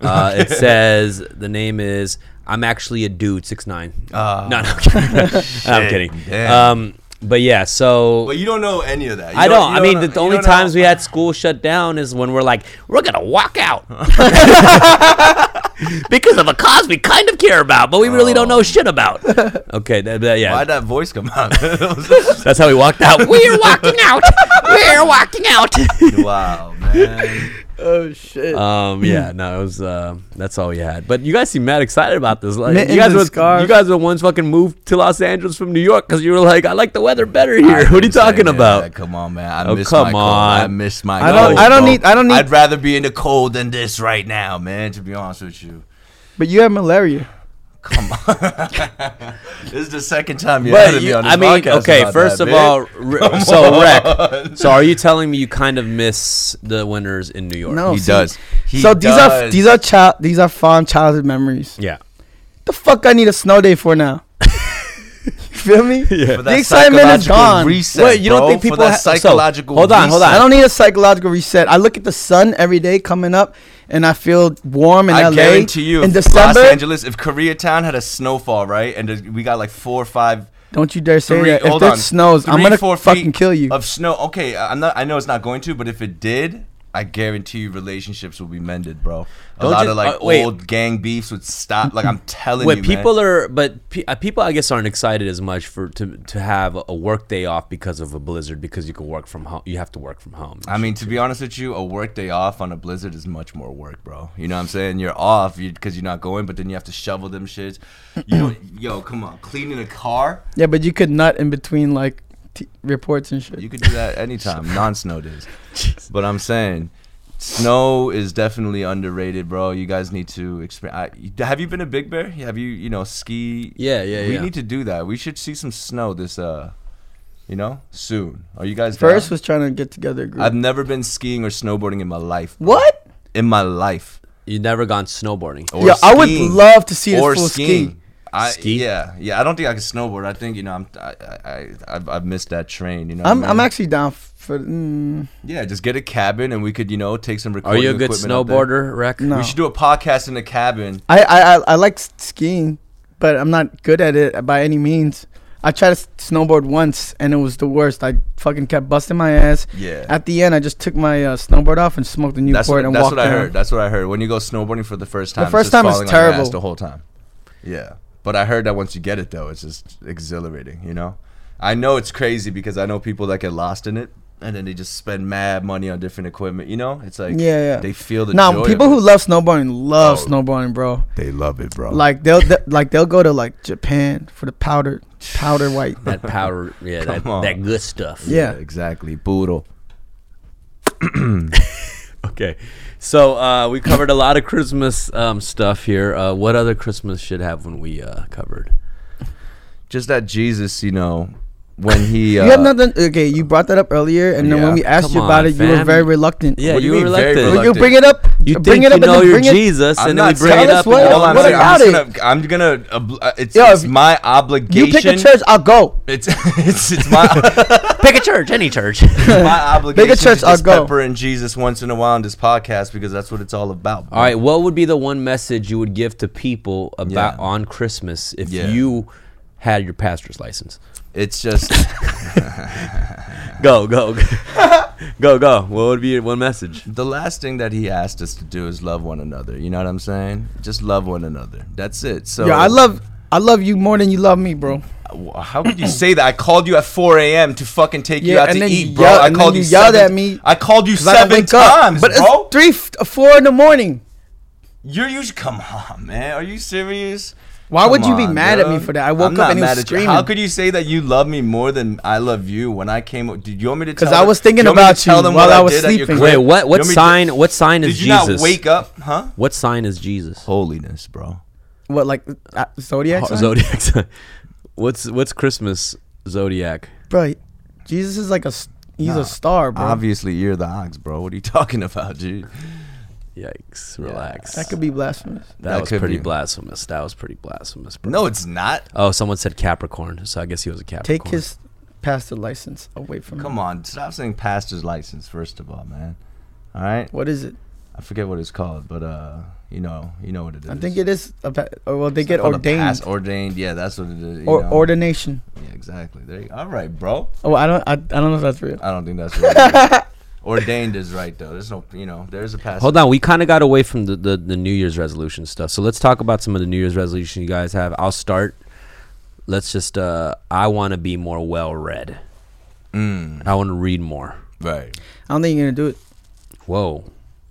Uh, it says the name is I'm actually a dude, six nine.
Uh,
no, no, I'm kidding. I'm kidding.
damn.
Um, but yeah, so
But you don't know any of that. You
I don't.
you
I mean,
know-
the, the
you
only
don't know-
times we had school shut down is when we're like, we're gonna walk out because of a cause we kind of care about, but we really don't
Oh.
know shit about. Okay, that, that- yeah,
Why'd that voice come out?
that's how we walked out. we're walking out. We're walking out.
Wow, man.
Oh shit.
Uh,
Um, yeah,
Hmm.
no, it was uh, that's all we had. But you guys seem mad excited about this. Like,
Mittens
you guys
and
were
scarves.
you guys were once fucking moved to Los Angeles from New York because you were like, I like the weather better here. what are you
Insane,
talking
yeah,
about?
come on, man. I
Oh,
miss
come
my cold.
on.
I miss my
I don't-
cold,
I don't
bro.
need- I don't need-
I'd rather be in the cold than this right now, man, to be honest with you.
but you have malaria.
Come on. this is the second time you
But
had me
you-
on this
I mean,
podcast
okay,
about
first
that,
of
man.
all, r- so Rec, so are you telling me you kind of miss the winters in New York?
No,
He
see.
does. He
so these are
does.
these are child these are fond childhood memories.
Yeah.
The fuck I need a snow day for now. you feel me?
For that
The excitement is
psychological
gone.
Reset,
Wait, you don't
bro,
think
for
people
that
ha- so,
psychological?
hold on, hold
reset.
on.
I don't need a psychological reset. I look at the sun every day coming up, and I feel warm in
I
LA.
guarantee you,
in
if
December.
Los Angeles, if Koreatown had a snowfall, right, and there's- we got like four or five
Don't you dare say
Three-
that. If
hold
it
on.
snows, i I'm
Three,
gonna
four
fucking
feet
kill you.
Of snow. Okay, I- I'm not. I know it's not going to, but if it did, I guarantee you relationships will be mended, bro. A
Don't
lot
just-
of like
uh, wait.
old gang beefs would stop. Like I'm telling
Wait,
you,
people
man.
are, but pe- uh, people, I guess, aren't excited as much for to to have a work day off because of a blizzard because you can work from home. You have to work from home.
I mean, to be honest with you, a work day off on a blizzard is much more work, bro. You know what I'm saying? You're off because you, are not going, but then you have to shovel them shits. You know, yo, come on, cleaning a car,
yeah, but you could nut in between like t- reports and shit.
you could do that anytime, non-snow days. But I'm saying, Snow is definitely underrated, bro. You guys need to experience. Have you been a Big Bear? Have you, you know, ski?
Yeah, yeah,
We
yeah.
need to do that. We should see some snow this, uh, you know, soon. Are you guys down?
First was trying to get together a group.
I've never been skiing or snowboarding in my life. bro.
what?
In my life.
You never gone snowboarding.
Or
yeah, I would
skiing.
love to see this
or
full
skiing.
ski.
I,
Ski?
Yeah, yeah. I don't think I can snowboard. I think you know I'm. I, I, I I've, I've missed that train. You know. what I
I'm, I'm
mean?
actually down for. Mm,
Yeah, just get a cabin and we could you know take some
Are
recording.
you a good
equipment up there.
snowboarder, Rec?
No.
We should do a podcast in a cabin.
I, I I I like s- skiing, but I'm not good at it by any means. I tried to s- snowboard once and it was the worst. I fucking kept busting my ass.
Yeah.
At the end, I just took my uh, snowboard off and smoked a Newport
That's what,
and
that's
walked
what I
down.
heard. That's what I heard. When you go snowboarding for the first time, it's
first
just
time is
falling on your ass
terrible.
the whole time. Yeah, but I heard that once you get it though, it's just exhilarating. You know, I know it's crazy because I know people that get lost in it and then they just spend mad money on different equipment. You know, it's like
Yeah, yeah.
they feel the
Now,
joy of
people
it.
who love snowboarding love
Oh.
snowboarding, bro.
they love it, bro.
Like they'll, they like they'll go to like Japan for the powder powder white.
That powder, yeah, that,
Come on.
that good stuff.
Yeah.
exactly, boodle.
Okay, so uh, we covered a lot of Christmas um, stuff here. Uh, what other Christmas shit haven't we uh, covered?
Just that Jesus, you know, when he uh,
you have nothing. Okay, you brought that up earlier, and then
Yeah.
when we asked
Come
you about
on,
it, you were
fam.
very reluctant.
Yeah,
What do
you
you
were
mean, very
relucted.
Well, you
reluctant?
bring it up.
You
bring
think
it up
you know
and then
you're
bring it-
Jesus,
I'm
and then
not
you bring it
telling
up.
us what-
and
all I'm
what
saying, I'm
about
just
it?
gonna, I'm gonna, obl- uh, it's,
Yo,
it's
if-
my
You
obligation.
pick a church, I'll go.
It's, it's, it's my.
pick a church, any church.
my obligation
Bigger
to
church,
just
I'll go.
pepper in Jesus once in a while on this podcast because that's what it's all about.
All right, what would be the one message you would give to people about
Yeah.
on Christmas if
Yeah.
you had your pastor's license?
It's just
Go, go, go. go, go. What would be your one message?
the last thing that he asked us to do is love one another. You know what I'm saying? Just love one another. That's it. So
Yeah, I love I love you more than you love me, bro.
How could you say that? I called you at 4 a.m. to fucking take you
Yeah,
out
and
to
then
eat,
you
bro.
yell-
I
and
called
then
you
you yelled
seven-
at me
I called you
'Cause I don't
seven
wake up.
times,
but
bro.
it's three, f- four in the morning.
You're usually come on, man. Are you serious?
Why
Come
would you be mad at me
dude.
for that? I
I'm
woke up
not
and he was
mad at you. How
screaming.
could you say that you love me more than I love you when I came? o- Did you want me to? Because
I was thinking about you while I was sleeping.
Wait, what? What sign?
Did,
what sign is
did you
Jesus?
not wake up? Huh?
What sign is Jesus?
Holiness, bro.
What like uh, zodiac? sign?
Zodiac. sign. what's what's Christmas zodiac?
bro, Jesus is like a s- he's
Nah,
a star, bro.
Obviously, you're the ox, bro. What are you talking about, dude?
Yikes! Relax.
That could be blasphemous.
That,
that
was
could
pretty
be.
blasphemous. That was pretty blasphemous. Bro.
No, it's not.
Oh, someone said Capricorn, so I guess he was a Capricorn.
Take his pastor license away from him.
Come on, stop saying pastor's license. First of all, man. All right,
What is it?
I forget what it's called, but uh, you know, you know what it is.
I think it is. A pa- or, well, they
It's
get
called a pas-
ordained
ordained, yeah, that's what it is. you
or
know?
ordination.
Yeah, exactly. There you All right, bro.
Oh, I don't. I, I don't know if that's real.
I don't think that's right. Ordained is right though. There's no, you know, there's a passage.
Hold on, we kind of got away from the, the, the New Year's resolution stuff. So let's talk about some of the New Year's resolution you guys have. I'll start. Let's just. Uh, I want to be more well read. I want to read more.
Right.
I don't think you're gonna do it.
Whoa.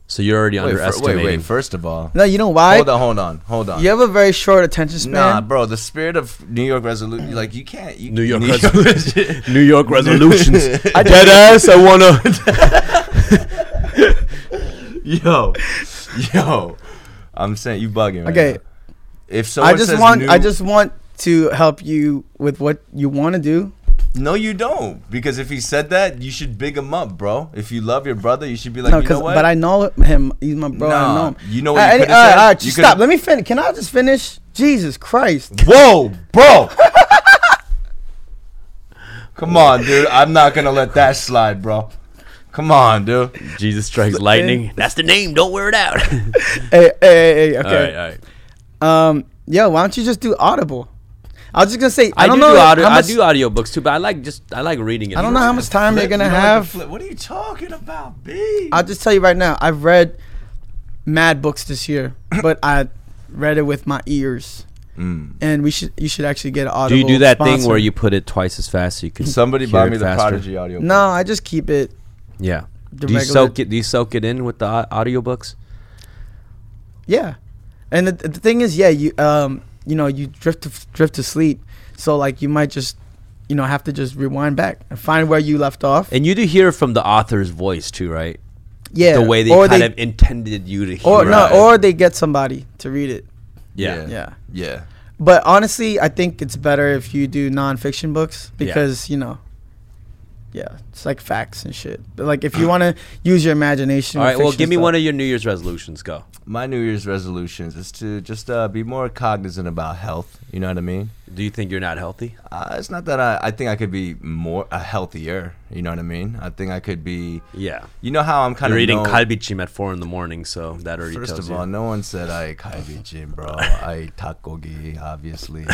So you're already
Wait, fir-
underestimating.
wait, wait. First of all,
No, you know why?
hold on, hold on, hold on.
You have a very short attention span.
Nah, bro. The spirit of New York resolution, like you can't. You,
New York
New
resolution. New York resolutions.
I
Dead ass. I wanna.
yo, yo. I'm saying you bugging. Right
Okay.
now. If someone
I just
says
want.
new,
I just want to help you with what you want to do.
no, you don't. Because if he said that, you should big him up, bro. If you love your brother, you should be like,
no,
you know what?
but I know him. He's my bro. I
Nah,
know him.
you know what you
Alright,
could've
alright,
said?
alright,
You
stop.
could've-
Let me finish. Can I just finish? Jesus Christ!
Whoa, bro. Come on, dude. I'm not gonna let that slide, bro. Come on, dude.
Jesus strikes lightning. That's the name. Don't wear it out.
hey, hey, hey, hey,
All right,
okay.
all right.
Um, yo, why don't you just do Audible? I was just gonna say. I,
I,
don't
do
know.
do
how
audio, I
much-
do audiobooks too, but I like just I like reading it.
I don't know how much time
Flip,
you're
you
gonna
know, like
have.
the flip. What are you talking about, B?
I'll just tell you right now. I've read mad books this year, but I read it with my ears.
Mm.
And we should you should actually get an
Do
Audible.
you do that thing
sponsor.
where you put it twice as fast so you can
Somebody
hear
buy
it
me the
faster?
Prodigy audio.
No, I just keep it.
Yeah.
The
do you
regular-
soak it? Do you soak it in with the au- audiobooks?
Yeah, and the, the thing is, yeah, you um, you know, you drift to, drift to sleep, so like you might just, you know, have to just rewind back and find where you left off.
And you do hear from the author's voice too, right?
yeah,
the way they
or
kind
they-
of intended you to hear.
or
Right.
no, or they get somebody to read it.
yeah.
Yeah.
yeah.
But honestly, I think it's better if you do nonfiction books
Yeah.
because you know, yeah, it's like facts and shit. But like if you want to use your imagination,
All right. Well, give me one of your New Year's resolutions. Go.
My New Year's resolutions is to just uh, be more cognizant about health. You know what I mean?
Do you think you're not healthy?
Uh, it's not that I, I think I could be more a healthier. You know what I mean? I think I could be.
Yeah.
You know how I'm kind
You're
of
eating
known-
kalbichim at four in the morning, so that already
First
tells
of all,
you.
no one said I ate kaibi gym, bro. I ate takogi, obviously.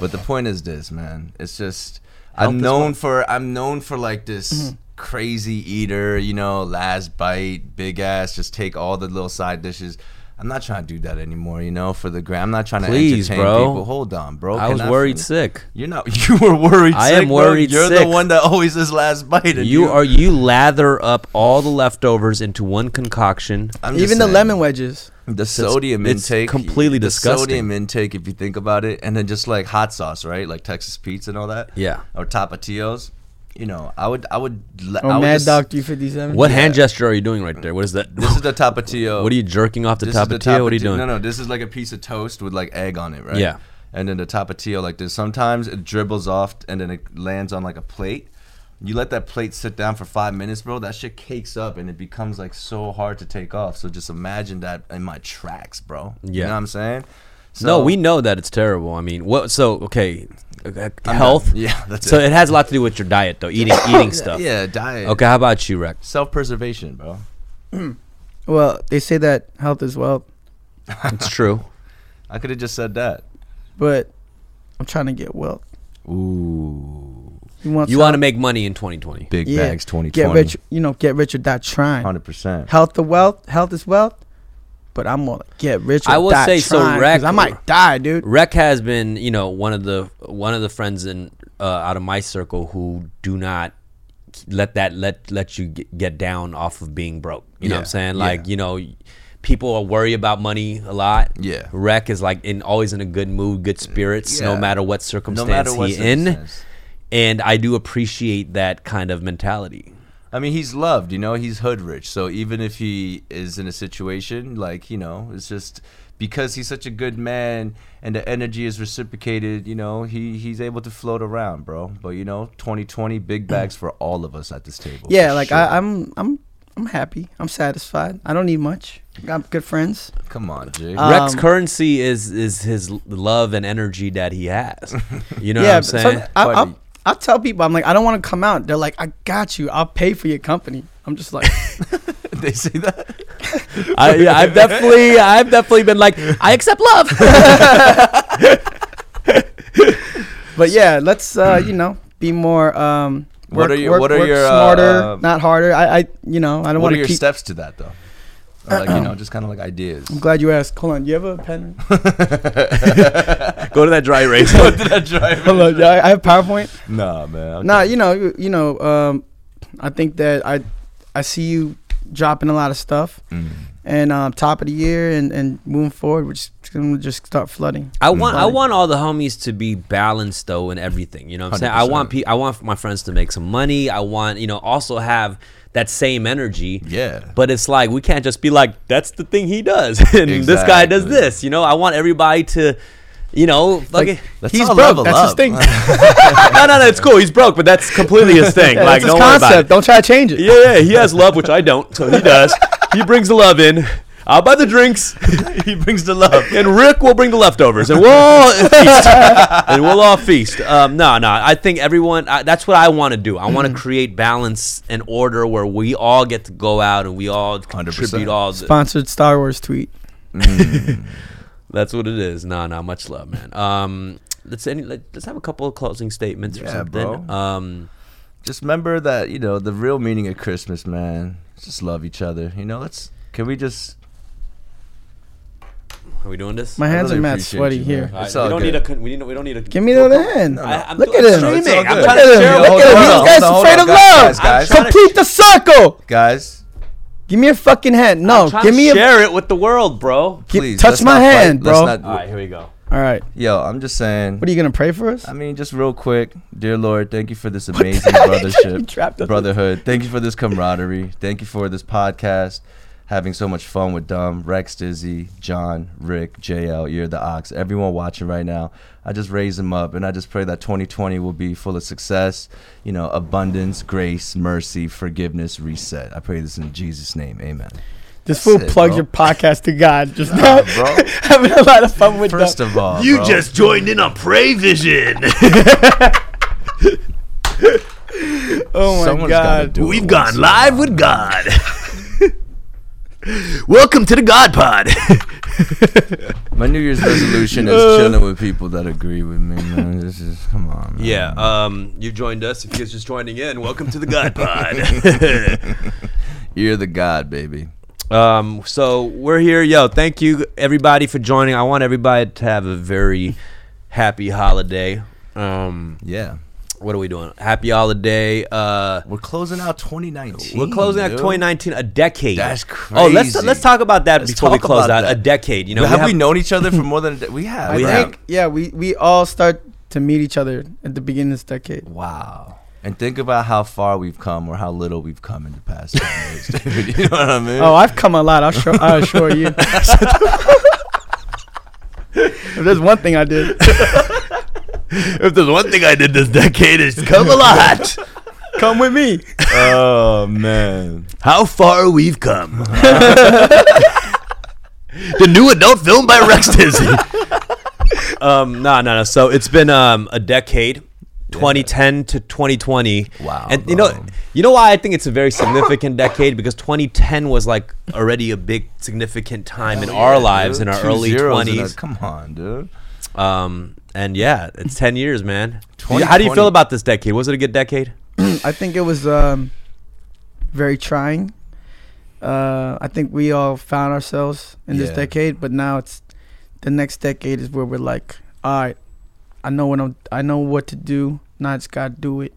but the point is this, man. It's just
Health
I'm
is
known for I'm known for like this
Mm-hmm.
crazy eater, you know, last bite, big ass, just take all the little side dishes. I'm not trying to do that anymore, you know, for the gram. I'm not trying
Please,
to entertain
bro.
people. Hold on, bro.
I
Can
was worried
finish?
sick.
You're not. You were worried.
I
sick,
am
bro.
worried
You're
sick.
the one that always is last bite. And
You are you lather up all the leftovers into one concoction.
I'm just
even the
saying.
lemon wedges.
The sodium
it's
intake,
completely
the
disgusting.
Sodium intake, if you think about it, and then just like hot sauce, right? Like Texas pizza and all that.
Yeah.
Or tapatios. You know, I would, I would. l-
Oh,
I would
Mad
just-
Dog 357.
What
Yeah.
hand gesture are you doing right there? What is that?
This is the tapatio.
What are you jerking off the
Oh. This is
top
the
of tail? What are you
tapatio-
doing?
No, no. This is like a piece of toast with like egg on it, right?
Yeah.
And then the tapatio, like this. Sometimes it dribbles off and then it lands on like a plate. You let that plate sit down for five minutes, bro. That shit cakes up and it becomes like so hard to take off. So just imagine that in my tracks, bro. You
Yeah.
know what I'm saying?
No,
So-
we know that it's terrible. I mean, what? So okay, uh,
I'm
health.
done. Yeah, that's
So
it.
it has a lot to do with your diet, though. Eating, eating stuff.
Yeah, diet.
Okay, how about you, Rex?
Self preservation, bro.
Well, they say that health is wealth,
It's true.
I could have just said that.
but I'm trying to get wealth.
Ooh.
You want
You
some-
want to make money in 2020.
Big
Yeah.
bags 2020.
get rich? You know, get rich or die trying.
100%.
Health to wealth. Health is wealth. But I'm gonna get rich. Or
I will
die
say, so
trying, 'cause I
rec-
might die, dude.
Rec has been, you know, one of the one of the friends in uh, out of my circle who do not let that let let you get, get down off of being broke. You know what I'm
Yeah,
saying?
yeah.
Like, you know, people are worry about money a lot.
Yeah. Mm.
Rec is like in always in a good mood, good spirits, no
Yeah.
matter what
No
circumstance
matter what.
he in.
circumstance.
And I do appreciate that kind of mentality.
I mean, he's loved, you know, he's hood rich. So even if he is in a situation like, you know, it's just because he's such a good man and the energy is reciprocated, you know, he, he's able to float around, bro. But, you know, 2020, big bags for all of us at this table.
Yeah,
for
like
sure.
I, I'm, I'm, I'm happy. I'm satisfied. I don't need much. Got good friends.
Come on, Jay.
Rex
Um,
currency is is his love and energy that he has. You know
yeah,
what I'm
so
saying?
I, I,
Buddy.
I tell people, I'm like, I don't want to come out. They're like, I got you. I'll pay for your company. I'm just like,
they say that?
I, yeah, I've definitely, I've definitely been like, I accept love.
but yeah, let's, uh, you know, be more. Um,
What
work-
are your-
work-
what are
work
your, uh,
smarter,
uh,
not harder? I, I, you know, I don't
What
want
are
to
your
keep.
steps to that, though? Or like, you know, just kind of like ideas.
I'm glad you asked. Hold on, you have a pen?
Go to that dry erase.
What did I drive?
Hold on, I I have PowerPoint.
Nah, man.
Nah, you know, you, you know, um, I think that I, I see you dropping a lot of stuff.
Mm.
and um, top of the year and, and moving forward, we're just gonna just start flooding.
I want, I want all the homies to be balanced though in everything. You know what I'm saying? I want, pe- I want my friends to make some money. I want, you know, also have that same energy.
Yeah.
But it's like we can't just be like, that's the thing he does, and this guy does
Exactly.
this. You know, I want everybody to, you know, fucking.
Let's
He's
all
broke,
level
that's his
up.
thing.
no, no, no, it's cool. He's broke, but that's completely his thing. like,
That's his
don't worry about it.
concept. Don't try to change it.
Yeah, yeah, he has love, which I don't, so he does. He brings the love in. I'll buy the drinks,
he brings the love.
and Rick will bring the leftovers, and we'll all feast. and we'll all feast. Um, no, no, I think everyone. I, that's what I want to do. I want to
Mm-hmm.
create balance and order where we all get to go out and we all contribute
100%.
all. The,
Sponsored Star Wars tweet.
that's what it is. No, no, much love, man. Um, let's any, let, let's have a couple of closing statements or
Yeah,
something.
bro.
Um,
Just remember that you know the real meaning of Christmas, man. Just love each other. You know, let's. Can we just?
are we doing this?
My
I
hands
really
are mad
appreciate
sweaty
you,
here.
man.
All right,
It's all
we don't
good.
need a. con- We need. We don't need a.
Give me the other hand.
I- I'm
Look
doing-
at him.
I'm
It's all
streaming. I'm
good.
trying
Look
to
at
share
him.
what
Look at
we're
hold
him.
doing.
on,
These guys
hold on,
afraid
hold
of
on, guys,
love.
guys, guys.
Complete the circle.
Guys,
Give me a fucking hand. No,
I'm trying
give
to
me a.
share it with the world, bro.
gi-
please
touch
let's
my
not fight.
hand,
Let's
bro.
not-
All right, here we go.
All right.
Yo, I'm just saying.
What are you gonna pray for us?
I mean, just real quick, dear Lord, thank you for this amazing brothership,
trapped us.
brotherhood. Thank you for this camaraderie. Thank you for this podcast. Having so much fun with Dumb, Rex, Dizzy, John, Rick, JL, You're the Ox, everyone watching right now. I just raise them up and I just pray that 2020 will be full of success, you know, abundance, grace, mercy, forgiveness, reset. I pray this in Jesus' name. Amen.
This fool
That's it,
plugs
bro.
your podcast to God. Just
Nah, bro.
having a lot of fun with
First
that.
of all,
You
bro,
just joined in on Prey Vision.
Oh my
someone's gotta
God.
do it
We've
once
gone
in a while.
live with God. Welcome to the God Pod.
My New Year's resolution is chilling with people that agree with me, man. This is come on. Man.
yeah, um, you joined us. If you guys just joining in, welcome to the God Pod.
You're the god, baby.
Um, so we're here, yo. Thank you everybody for joining. I want everybody to have a very happy holiday. Um,
Yeah.
what are we doing? Happy holiday. Uh,
We're closing out 2019.
we're closing out
dude.
2019, a decade.
That's
Oh, let's
crazy.
let's talk about that
Let's
before we
talk
close out.
about
A
that.
decade. You know,
have we
have-
known each other for more than a day? We have.
I
We
bro.
have.
think yeah, we we all start to meet each other at the beginning of this decade.
Wow. And think about how far we've come or how little we've come in the past 10 years. dude. You know what I mean?
Oh, I've come a lot. I'll show, I assure you. if there's one thing I did,
if there's one thing I did this decade is come a lot.
come with me.
oh man.
How far we've come. the new adult film by Rex Dizzy. um, no, no, no. So it's been um, a decade, 2010 to 2020.
Wow,
And you know,
bro.
you know why I think it's a very significant decade because 2010 was like already a big significant time in our lives in our
Two
early
zeros in our-
20s.
Come on, dude.
Um, and yeah, it's 10 years, man. How do you feel
2020.
about this decade? Was it a good decade?
I think it was um, very trying. Uh, I think we all found ourselves in this
Yeah.
decade, but now it's the next decade is where we're like, all right, I know what I'm, I know what to do. Now I just gotta do it.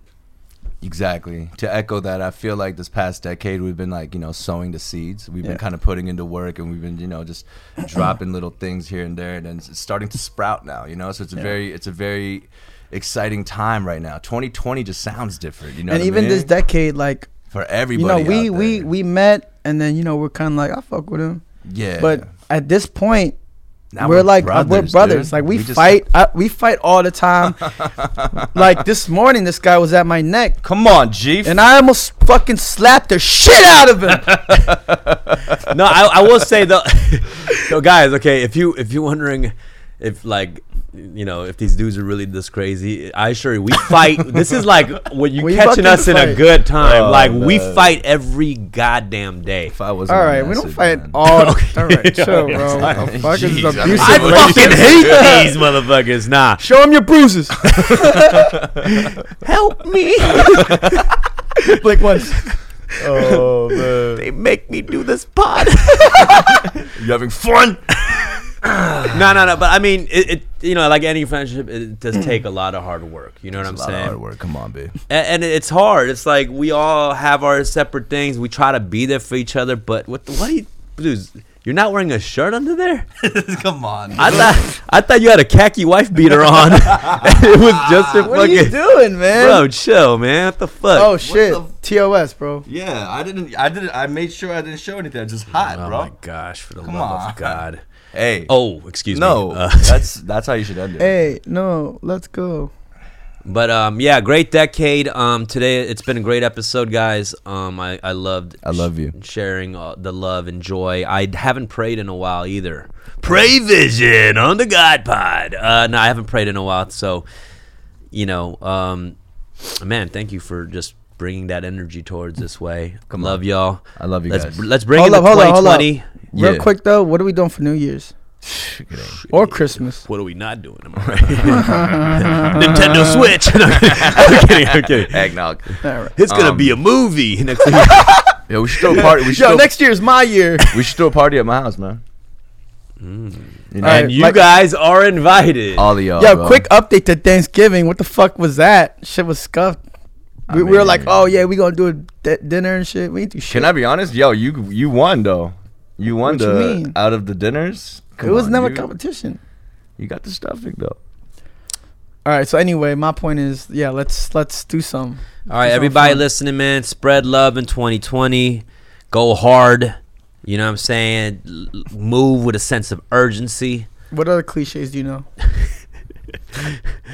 Exactly. To echo that, I feel like this past decade we've been like, you know, sowing the seeds. We've
Yeah.
been kind of putting into work and we've been, you know, just dropping little things here and there and then it's starting to sprout now, you know? So it's a very it's a very exciting time right now. 2020 just sounds different, you know?
and
what I
even this
mean?
decade, like
for
you
everybody.
know, we
out
we
there.
we met, and then you know we're kind of like, I fuck with him,
yeah.
but at this point,
Now
we're, like we're
dude.
brothers. Like we,
just-
fight, I, we fight all the time. like this morning, this guy was at my neck,
Come on, G.
and I almost fucking slapped the shit out of him.
no, I, I will say though, so guys, okay, if you if you're wondering if like you know if these dudes are really this crazy, I assure you, we fight. this is like when you
We
catching
fucking
us in a
fight.
good time.
Oh,
like we
man.
fight every goddamn day.
if I was
all right, we don't fight all. all right, chill,
Okay,
bro.
sorry.
The fuck is
Jeez, I
abusive?
I
So what you
fucking hate these motherfuckers. Nah,
Show him your bruises.
help me.
Blink once.
Oh man,
they make me do this pod.
you having fun?
no, no, no. But I mean, it, it you know, like any friendship, it does take a lot of hard work. You know what I'm
It's a lot
saying?
of hard work. Come on, babe.
A- and, it's hard. It's like we all have our separate things. We try to be there for each other, but what? The, what do you, dudes? You're not wearing a shirt under there.
Come on.
I thought I thought you had a khaki wife beater on. it was just a
What are you
fucking
doing, man?
bro. Chill, man. What the fuck?
oh shit,
the-
TOS, bro.
yeah, I didn't. I didn't. I made sure I didn't show anything. I just hot,
Oh my gosh! For the love
on.
of God.
Hey.
Oh, excuse
no.
me. Uh,
that's that's how you should end it.
Hey, no, let's go.
but um, yeah, great decade. Um, today it's been a great episode, guys. Um, I I loved.
I love you.
sharing uh, the love and joy. I haven't prayed in a while either. Pray vision on the God Pod. Uh, no, I haven't prayed in a while. So, you know, um, man, thank you for just bringing that energy towards this way. love y'all.
I love you
let's
guys.
br- let's bring
Hold
in
up,
the
hold up, hold up.
2020.
Yeah.
Real quick though, what are we doing for New Year's or Christmas?
What are we not doing? Am I right? Nintendo Switch. No, I'm kidding. I'm kidding. I'm kidding.
Eggnog.
All right.
It's gonna
Um,
be a movie next week.
Yeah, we should throw a party. We should,
Yo,
throw,
next year's my year.
we should throw a party at my house, man.
Mm.
You know,
All
and
right,
you
like-
guys are invited.
all of y'all.
Yo,
Oh, bro.
quick update to Thanksgiving. What the fuck was that? Shit was scuffed. We,
I
we were
mean-
like, oh yeah, we gonna do a d- dinner and shit. We ain't do shit.
Can I be honest? Yo, you you won though. You won
What
the
you mean?
out of the dinners.
it was
on,
never
you-
competition.
You got the stuffing though.
All right. So anyway, my point is, yeah, let's let's do some.
All right,
It's all
everybody
fun.
listening, man, spread love in 2020. Go hard. You know what I'm saying? L- move with a sense of urgency.
What other cliches do you know?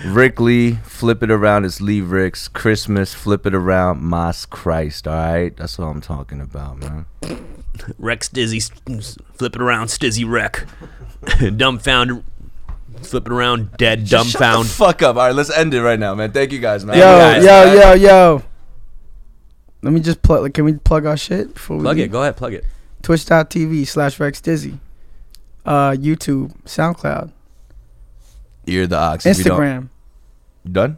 Rick Lee, flip it around. It's Lee Rick's Christmas. Flip it around, Mas Christ. All right, that's what I'm talking about, man.
Rex Dizzy, s- flip it around, Stizzy Wreck. dumbfound, flip it around, dead,
Just shut the
dumbfound.
fuck up. All right, let's end it right now, man. Thank you guys, man.
yo,
guys,
yo,
man.
yo, yo. Let me just plug. Like, can we plug our shit before we
plug
leave?
it. Go ahead, plug it.
Twitch.tv slash Rex Dizzy, uh, YouTube, SoundCloud,
You're the ox. If you don't-
Instagram.
Done.